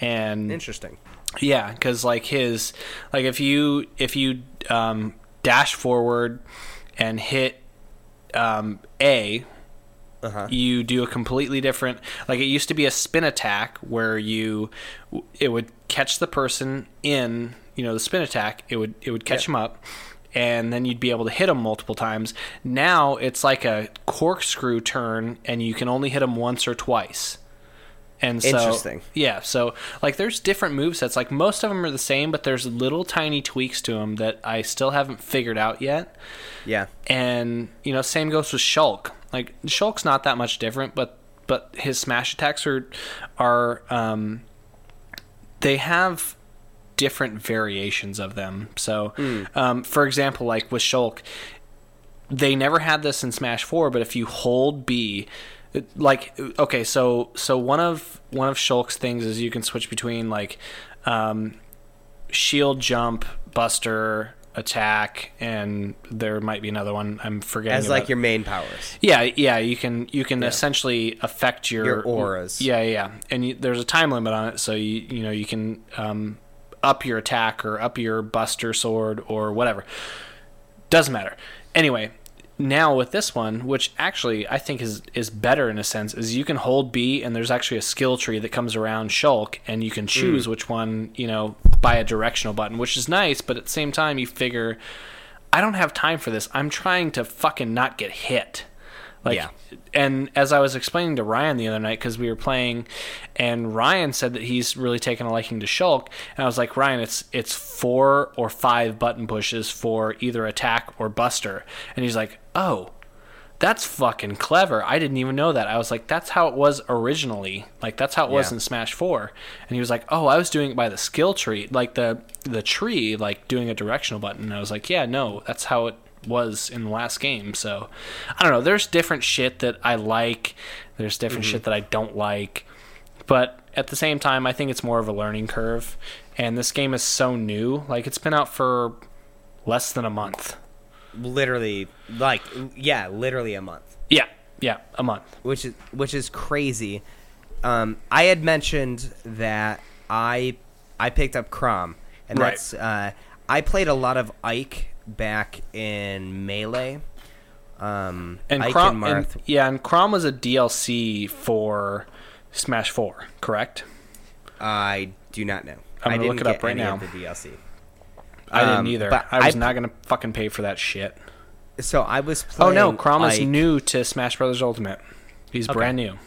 A: And
B: Interesting.
A: yeah, because like his, like if you if you um, dash forward and hit um, A,
B: Uh-huh.
A: you do a completely different. Like it used to be a spin attack where you it would catch the person in you know the spin attack. It would it would catch them up. And then you'd be able to hit them multiple times. Now it's like a corkscrew turn, and you can only hit them once or twice. And so,
B: Interesting.
A: yeah, so like there's different move sets. Like most of them are the same, but there's little tiny tweaks to them that I still haven't figured out yet.
B: Yeah.
A: And you know, same goes with Shulk. Like Shulk's not that much different, but but his smash attacks are are um, they have different variations of them. So,
B: Hmm.
A: um, for example, like with Shulk, they never had this in Smash Four, but if you hold B, it- like okay, so so one of one of Shulk's things is you can switch between like um, shield jump, buster, attack, and there might be another one I'm forgetting.
B: As like
A: about.
B: your main powers.
A: Yeah, yeah, you can you can essentially affect your
B: Your auras.
A: Yeah, yeah, and you, there's a time limit on it, so you you know you can um, up your attack or up your Buster Sword or whatever. Doesn't matter. Anyway, now with this one, which actually I think is is better in a sense, is you can hold B and there's actually a skill tree that comes around Shulk and you can choose which one you know by a directional button, which is nice, but at the same time you figure. I don't have time for this. I'm trying to fucking not get hit. Like,
B: Yeah.
A: and as I was explaining to Ryan the other night, because we were playing, and Ryan said that he's really taken a liking to Shulk, and I was like, Ryan, it's it's four or five button pushes for either attack or Buster, and he's like, oh, that's fucking clever. I didn't even know that. I was like, that's how it was originally. Like that's how it was
B: Yeah.
A: in Smash Four. And he was like, oh, I was doing it by the skill tree, like the the tree, like doing a directional button. And I was like, yeah, no, that's how it was in the last game. So I don't know. There's different shit that I like. There's different shit that I don't like. But at the same time, I think it's more of a learning curve. And this game is so new. Like it's been out for less than a month.
B: Literally like yeah, literally a month.
A: Yeah, yeah, a month.
B: which is which is crazy. Um, I had mentioned that I I picked up Crom, and
A: Right.
B: that's uh, I played a lot of Ike back in Melee. Um,
A: and
B: Ike
A: Crom,
B: and
A: and,
B: Marth.
A: yeah, and Crom was a DLC for Smash Four, correct?
B: I do not know.
A: I'm
B: I
A: gonna
B: didn't
A: look it up
B: get
A: right
B: any
A: now.
B: of The DLC.
A: I
B: Um,
A: didn't either.
B: but
A: I was
B: I-
A: not gonna fucking pay for that shit.
B: So I was
A: Oh
B: playing.
A: no, Crom is
B: Ike.
A: new to Smash Brothers Ultimate. He's brand new.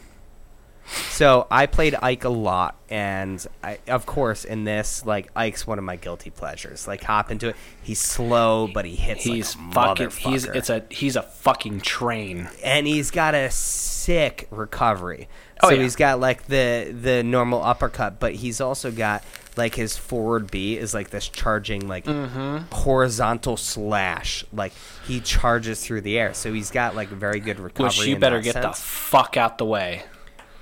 B: So I played Ike a lot, and I, of course, in this, like Ike's one of my guilty pleasures. Like hop into it. He's slow, but he hits. like
A: He's
B: a
A: fucking. He's
B: motherfucker.
A: it's a he's a fucking train.
B: and he's got a sick recovery.
A: Oh,
B: so
A: yeah.
B: he's got like the the normal uppercut, but he's also got like his forward B is like this charging like
A: Mm-hmm.
B: horizontal slash. Like he charges through the air. So he's got like very good recovery.
A: Which you
B: in
A: better
B: that
A: get the
B: sense.
A: fuck out the way.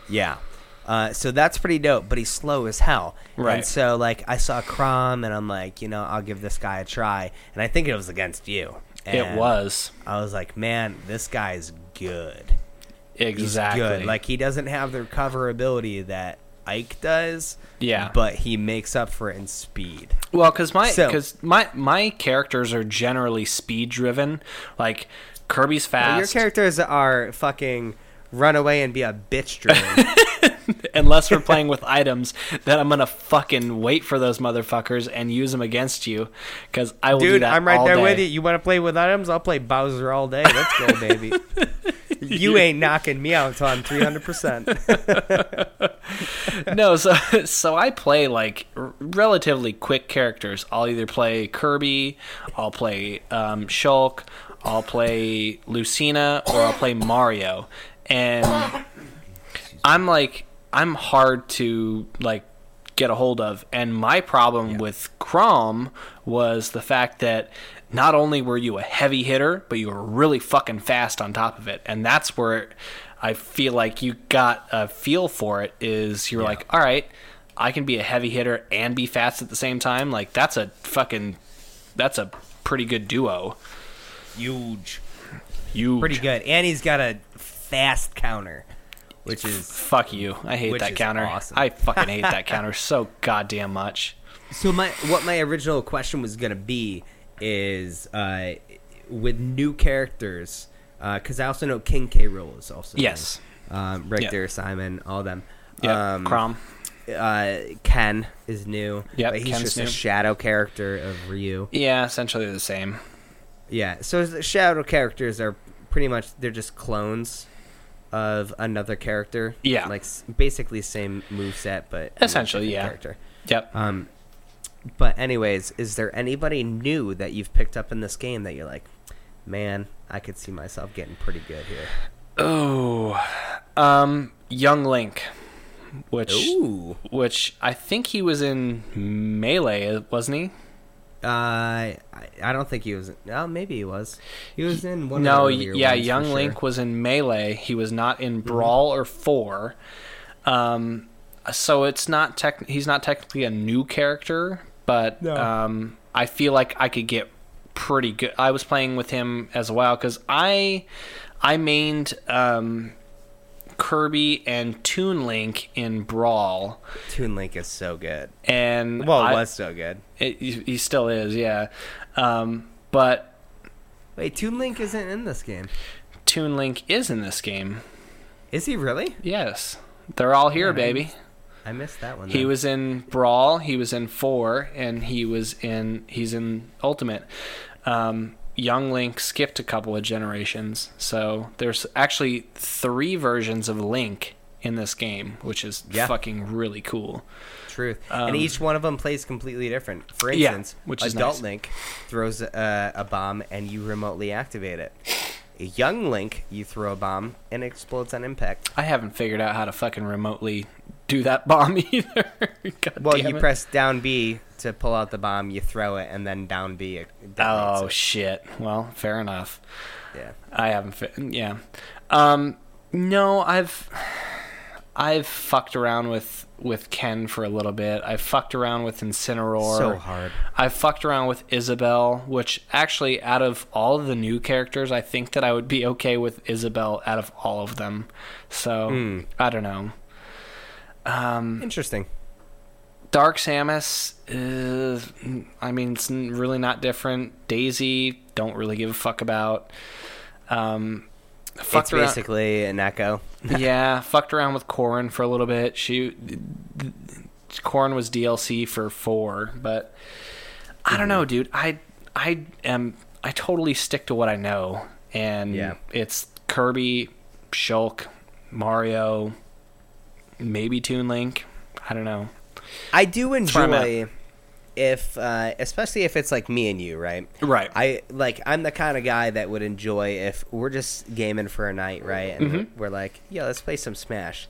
B: Yeah. Uh, so that's pretty dope, but he's slow as hell.
A: Right.
B: And so, like, I saw Crom, and I'm like, you know, I'll give this guy a try. And I think it was against you.
A: it
B: And
A: was
B: I was like, man, this guy's good. He's
A: exactly
B: good. Like, he doesn't have the recoverability that Ike does.
A: Yeah.
B: But he makes up for it in speed.
A: Well, because my
B: So-
A: because my my characters are generally speed driven. Like Kirby's fast.
B: Your characters are fucking run away and be a bitch driven.
A: unless we're playing with items that I'm gonna fucking wait for those motherfuckers and use them against you because I will do
E: Dude,
A: that.
E: I'm right
A: all
E: there
A: day.
E: with you. You want to play with items? I'll play Bowser all day. Let's go, baby. you ain't knocking me out until I'm 300%.
A: no, so so I play like r- relatively quick characters. I'll either play Kirby, I'll play um, Shulk, I'll play Lucina, or I'll play Mario, and I'm like I'm hard to like get a hold of. And my problem with Crom was the fact that not only were you a heavy hitter, but you were really fucking fast on top of it. And that's where I feel like you got a feel for it is you're like, all right, I can be a heavy hitter and be fast at the same time. Like that's a fucking that's a pretty good duo.
E: Huge.
A: You
E: Pretty good. And he's got a fast counter, which is.
A: Fuck you. I hate
E: Which
A: that
E: is
A: counter.
E: awesome.
A: I fucking hate that counter so goddamn much.
B: So my what my original question was gonna be is uh, with new characters because I also know King K. Rool is also
A: Yes.
B: um, right
A: Yeah.
B: there Simon all them
A: Yeah.
B: um,
A: Crom.
B: uh, Ken is new
A: Yep,
B: but he's
A: Ken's
B: just
A: new.
B: a shadow character of Ryu
A: Yeah, essentially the same.
B: yeah so the shadow characters are pretty much they're just clones of another character
A: Yeah.
B: like s- basically same moveset but
A: Essentially,
B: different
A: yeah.
B: character.
A: Yep.
B: Um, but anyways, is there anybody new that you've picked up in this game that you're like, man, I could see myself getting pretty good here?
A: Oh, um, Young Link, which
B: Ooh,
A: which I think he was in Melee, wasn't he?
B: uh, I I don't think he was. Oh, maybe he was. He was in one.
A: no,
B: of
A: y-
B: the earlier
A: yeah,
B: ones for
A: Young
B: sure. Mm-hmm.
A: Link was in Melee. He was not in Brawl or Four. Um, so it's not tech. He's not technically a new character, but um, I feel like I could get pretty good. I was playing with him as well because I I mained um, Kirby and Toon Link in Brawl,
B: Toon Link is so good.
A: and
B: Well, it
A: I-
B: was so good.
A: It, he he still is, yeah. Um, but
B: Wait, Toon Link isn't in this game,
A: Toon Link is in this game.
B: is he really?
A: Yes. They're all here, baby.
B: I missed that one.
A: He
B: then.
A: was in Brawl, he was in 4, and he was in he's in Ultimate. Um, Young Link skipped a couple of generations. So there's actually 3 versions of Link in this game, which is
B: Yeah.
A: fucking really cool.
B: Truth. and each one of them plays completely different. For
A: Um, Yeah,
B: instance,
A: which is
B: Adult
A: nice.
B: Link throws a, a bomb and you remotely activate it. Young Link, you throw a bomb and it explodes on impact.
A: I haven't figured out how to fucking remotely do that bomb either. God
B: Well,
A: damn
B: you
A: it.
B: press down B to pull out the bomb, you throw it, and then down B. It detonates
A: Oh
B: it.
A: shit. Well, fair enough.
B: yeah.
A: I haven't. Fi- yeah. Um, no, I've I've fucked around with with Ken for a little bit. I fucked around with Incineroar.
B: So hard.
A: I fucked around with Isabel, which actually, out of all of the new characters, I think that I would be okay with Isabel out of all of them. So
B: Hmm.
A: I don't know.
B: Interesting.
A: Dark Samus, uh, I mean, it's n- really not different. Daisy, don't really give a fuck about. Um, fucked
B: it's
A: around-
B: basically an echo.
A: yeah, fucked around with Corin for a little bit. She, th- th- Corin was DLC for four, but I
B: Mm-hmm.
A: don't know, dude. I I am I totally stick to what I know, and
B: Yeah.
A: it's Kirby, Shulk, Mario, maybe Toon Link. I don't know.
B: I do
A: where I'm at.
B: enjoy if, uh, especially if it's like me and you, right?
A: Right.
B: I like I'm the kind of guy that would enjoy if we're just gaming for a night, right? And
A: Mm-hmm.
B: we're like, yeah, let's play some Smash.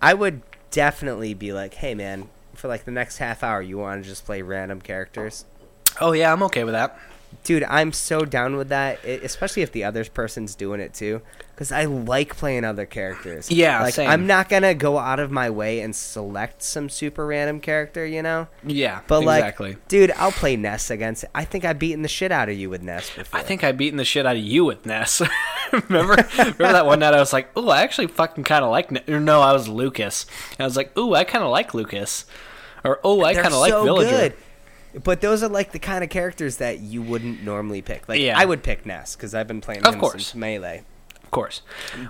B: I would definitely be like, hey man, for like the next half hour, you want to just play random characters?
A: oh yeah, I'm okay with that.
B: Dude, I'm so down with that, e- especially if the other person's doing it too, because I like playing other characters.
A: Yeah,
B: like
A: same.
B: I'm not gonna go out of my way and select some super random character, you know.
A: Yeah,
B: But
A: exactly.
B: like, dude, I'll play Ness against. I think I've beaten the shit out of you with Ness before.
A: I think I beaten the shit out of you with Ness. remember, remember that one night I was like, "Ooh, I actually fucking kind of like." Ne-. or No, I was Lucas. And I was like, "Ooh, I kind of like Lucas," or "Oh, I
B: They're
A: kind of like
B: so
A: Villager."
B: good. But those are like the kind of characters that you wouldn't normally pick. Like
A: Yeah.
B: I would pick Ness because I've been playing
A: Of
B: him
A: course.
B: since Melee.
A: Of course.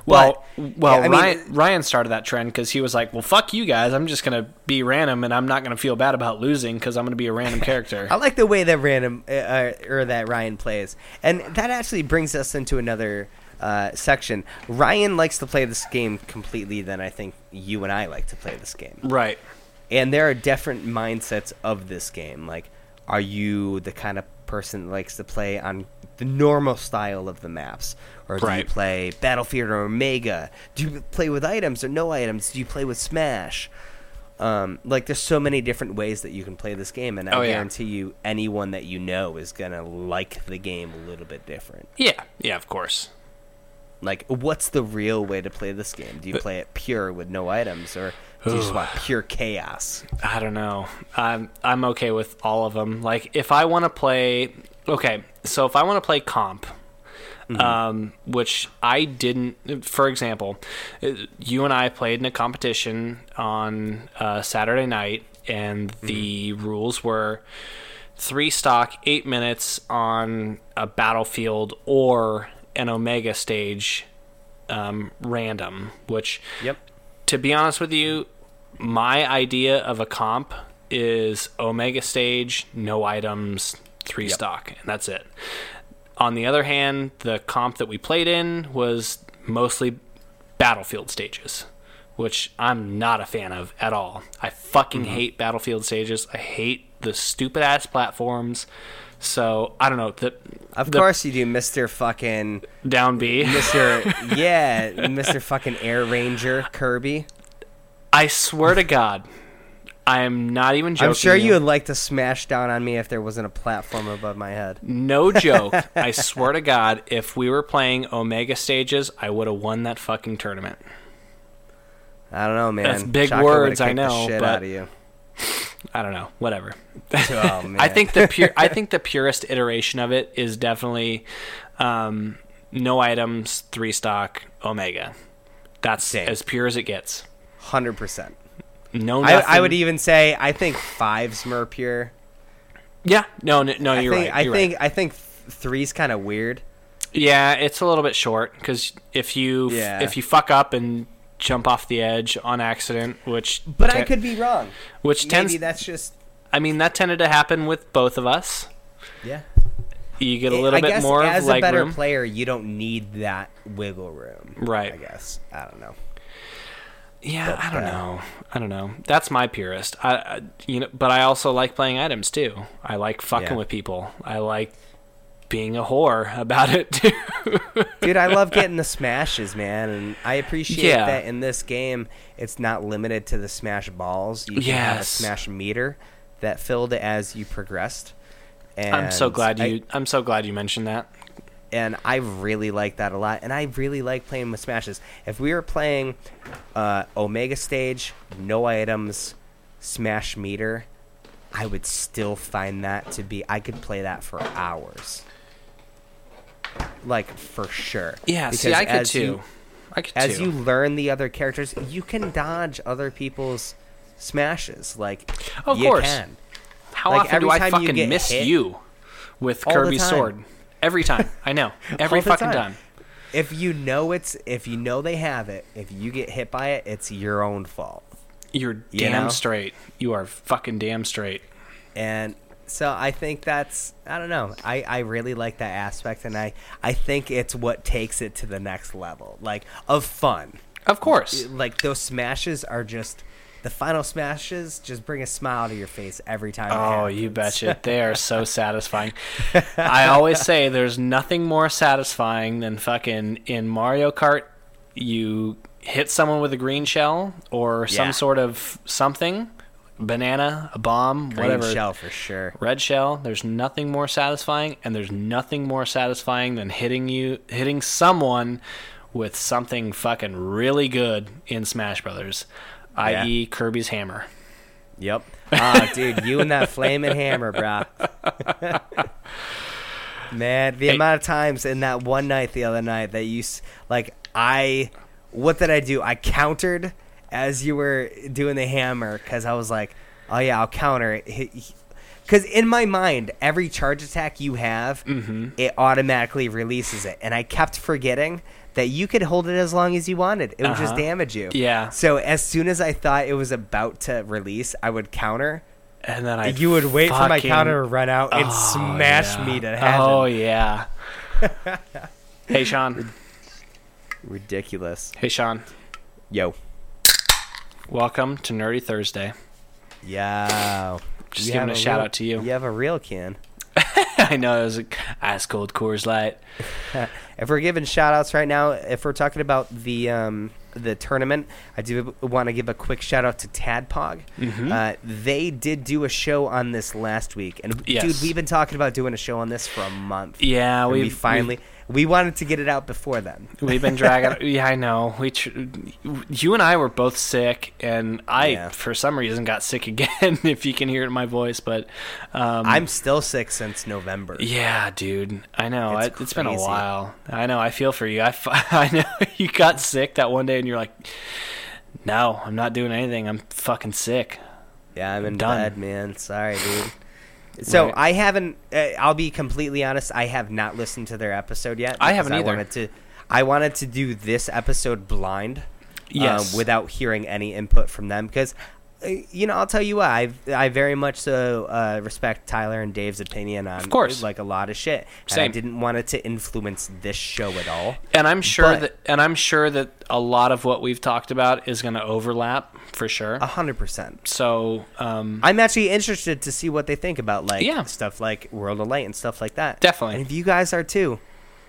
A: Well, well,
B: yeah, I mean-
A: Ryan, Ryan started that trend because he was like, "Well, fuck you guys. I'm just gonna be random, and I'm not gonna feel bad about losing because I'm gonna be a random character."
B: I like the way that random uh, uh, or that Ryan plays, and that actually brings us into another uh, section. Ryan likes to play this game completely than I think you and I like to play this game.
A: right.
B: And there are different mindsets of this game. Like, are you the kind of person that likes to play on the normal style of the maps, or do you
A: Right.
B: play Battlefield or Omega? Do you play with items or no items? Do you play with Smash? Um, like, there's so many different ways that you can play this game, and I
A: Oh, yeah.
B: guarantee you, anyone that you know is gonna like the game a little bit different.
A: Yeah. Yeah. Of course.
B: Like, what's the real way to play this game? Do you play it pure with no items, or do you just want pure chaos?
A: I don't know. I'm I'm okay with all of them. Like if I want to play, okay, so if I want to play comp, um, which I didn't. For example, uh, you and I played in a competition on uh, Saturday night, and the rules were three stock, eight minutes on a battlefield or an Omega stage, um, random. Which
B: Yep.
A: to be honest with you, my idea of a comp is Omega stage, no items, three stock, and that's it. On the other hand, the comp that we played in was mostly battlefield stages, which I'm not a fan of at all. I fucking
B: Mm-hmm.
A: hate battlefield stages. I hate the stupid ass platforms. So I don't know the
B: Of
A: the
B: course you do, Mister Fucking
A: down B.
B: Mister Yeah, Mister Fucking Air Ranger Kirby.
A: I swear to God, I am not even joking.
B: I'm sure you would like to smash down on me if there wasn't a platform above my head.
A: No joke. I swear to God, if we were playing Omega stages, I would have won that fucking tournament.
B: I don't know, man.
A: That's big
B: Shaka would've
A: words, I
B: kicked the
A: know,
B: shit
A: but-
B: out of you.
A: I don't know. Whatever.
B: Oh, man.
A: I think the pure. I think the purest iteration of it is definitely um, no items, three stock, Omega. That's
B: Same.
A: as pure as it gets.
B: hundred percent.
A: No,
B: I,
A: nothing.
B: I would e- even say I think five's more pure.
A: Yeah. No. n- No.
B: I
A: You're
B: think
A: right.
B: I
A: You're
B: think I think th- three's kind of weird.
A: Right. Yeah. It's a little bit short because if you f-
B: Yeah.
A: if you fuck up and jump off the edge on accident, which
B: But I
A: te-
B: could be wrong.
A: which tends
B: Maybe that's just
A: I mean, that tended to happen with both of us.
B: yeah.
A: You get a little
B: I
A: bit
B: guess
A: more
B: as
A: leg
B: a better
A: room.
B: player, you don't need that wiggle room.
A: Right.
B: I guess. I don't know.
A: yeah, I don't
B: uh,
A: know. I don't know. That's my purist. I, I you know, but I also like playing items too. I like fucking
B: Yeah.
A: with people. I like being a whore about it too.
B: Dude, I love getting the smashes, man, and I appreciate
A: Yeah.
B: that in this game it's not limited to the smash balls. You can have a
A: Yes.
B: smash meter that filled as you progressed. And
A: I'm so glad
B: I-
A: you. I, am so glad you mentioned that.
B: and I really like that a lot. And I really like playing with smashes. If we were playing uh, Omega Stage, no items, smash meter, I would still find that to be. I could play that for hours. Like for sure.
A: Yeah. see,
B: Because
A: I could
B: as
A: too.
B: you-
A: I could
B: as
A: too.
B: you learn the other characters, you can dodge other people's smashes. Like,
A: Of
B: you
A: course.
B: can.
A: How
B: like,
A: often
B: every
A: do I
B: time you
A: fucking
B: get
A: miss
B: hit-
A: you with
B: All the
A: Kirby's
B: time.
A: sword? Every time. I know. Every
B: All the
A: fucking
B: time.
A: time.
B: If you know it's, if you know they have it, if you get hit by it, it's your own fault.
A: You're
B: You
A: damn
B: know?
A: straight. You are fucking damn straight.
B: And so I think that's, I don't know, I, I really like that aspect, and I I think it's what takes it to the next level, like of fun.
A: Of course.
B: Like those smashes are just. The final smashes just bring a smile to your face every time. it
A: Oh, you
B: happens.
A: betcha. They are so satisfying. I always say there's nothing more satisfying than fucking in Mario Kart, you hit someone with a green shell or
B: Yeah.
A: some sort of something, banana, a bomb,
B: Green
A: whatever.
B: shell for sure.
A: Red shell. There's nothing more satisfying, and there's nothing more satisfying than hitting you, hitting someone with something fucking really good in Smash Brothers,
B: Yeah.
A: i.e. Kirby's hammer.
B: Yep. Ah, dude, you and that flaming hammer, bruh. Man, the
A: Hey.
B: amount of times in that one night the other night that you s- like I what did I do? I countered as you were doing the hammer cuz I was like, "Oh yeah, I'll counter." Cuz in my mind,
A: Mm-hmm.
B: every charge attack you have, it automatically releases it, and I kept forgetting that you could hold it as long as you wanted. It would just
A: Uh-huh.
B: damage you.
A: Yeah.
B: So as soon as I thought it was about to release, I would counter.
A: and then I
B: you would wait for my counter to run out and
A: Oh,
B: smash
A: yeah.
B: me to heaven.
A: Oh yeah. hey Sean.
B: Ridiculous.
A: Hey Sean.
B: Yo.
A: Welcome to Nerdy Thursday.
B: Yo.
A: Just
B: You have
A: giving a, shout
B: real-
A: out to you.
B: You have a real can.
A: I know it was a ice cold Coors Light.
B: If we're giving shout outs right now, if we're talking about the um, the tournament, I do want to give a quick shout out to Tadpog. Uh, they did do a show on this last week, and
A: Yes.
B: dude, we've been talking about doing a show on this for a month.
A: Yeah,
B: And we,
A: we
B: finally we, wanted to get it out before then.
A: We've been dragging. yeah, I know. We, tr- you and I were both sick, and I,
B: Yeah.
A: for some reason, got sick again. If you can hear it in my voice, but um,
B: I'm still sick since November.
A: Yeah, dude. I know.
B: It's
A: It's, it's been a
B: crazy.
A: while. I know. I feel for you. I, f- I know you got sick that one day, and you're like, "No, I'm not doing anything. I'm fucking sick." Uh,
B: Yeah, I'm in
A: Done.
B: bed, man. Sorry, dude. So
A: Right.
B: I haven't. Uh, I'll be completely honest. I have not listened to their episode yet.
A: I
B: because
A: haven't either.
B: wanted to. I wanted to do this episode blind.
A: Yes.
B: um, without hearing any input from them because uh, you know i'll tell you what i i very much so uh, respect tyler and dave's opinion on
A: Of course.
B: like a lot of shit and i
A: Same.
B: didn't want it to influence this show at all
A: and I'm sure
B: but-
A: that, and I'm sure that a lot of what we've talked about is going to overlap for sure.
B: a hundred percent
A: so, um,
B: i'm actually interested to see what they think about like
A: Yeah.
B: stuff like world of light and stuff like that
A: Definitely.
B: and if you guys are too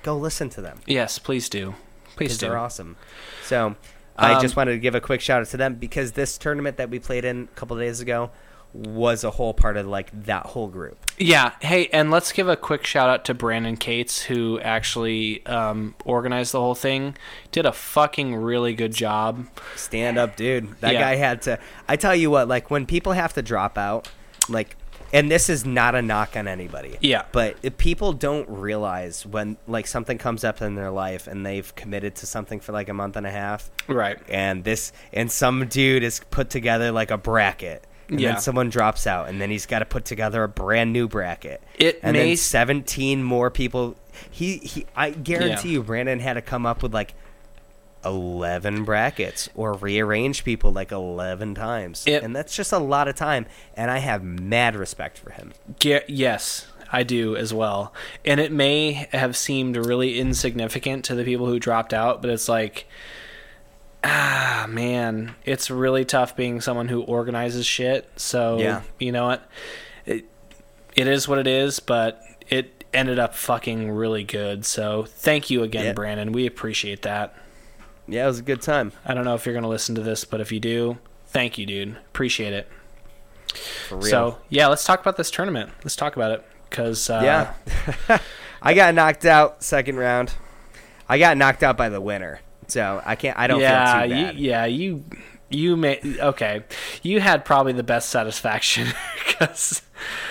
B: go listen to them
A: yes, please do. Please
B: because
A: do.
B: they're awesome so i
A: Um,
B: just wanted to give a quick shout out to them because this tournament that we played in a couple days ago was a whole part of like that whole group
A: Yeah. Hey, and let's give a quick shout out to Brandon Cates, who actually um, organized the whole thing. Did a fucking really good job.
B: Stand up, dude. That
A: Yeah.
B: guy had to. I tell you what, like when people have to drop out, like, and this is not a knock on anybody.
A: Yeah.
B: But if people don't realize when like something comes up in their life and they've committed to something for like a month and a half,
A: Right.
B: and this and some dude is put together like a bracket. And
A: Yeah.
B: then someone drops out, and then he's got to put together a brand new bracket.
A: It
B: and
A: may
B: then
A: s-
B: seventeen more people. He he. I guarantee you, Brandon had to come up with like 11 brackets or rearrange people like 11 times.
A: It-
B: and that's just a lot of time. And I have mad respect for him.
A: Ge- yes, I do as well. And it may have seemed really insignificant to the people who dropped out, but it's like, ah, man, it's really tough being someone who organizes shit. So,
B: Yeah.
A: you know what? It, it is what it is, but it ended up fucking really good. So, thank you again,
B: Yeah.
A: Brandon. We appreciate that.
B: Yeah, it was a good time
A: I don't know if you're going to listen to this, but if you do, thank you, dude. Appreciate it.
B: for real.
A: So, yeah, let's talk about this tournament. Let's talk about it. Because, uh,
B: yeah. I got knocked out second round. I got knocked out by the winner. So I can't, I don't feel too bad.
A: You, yeah, you you may okay. You had probably the best satisfaction because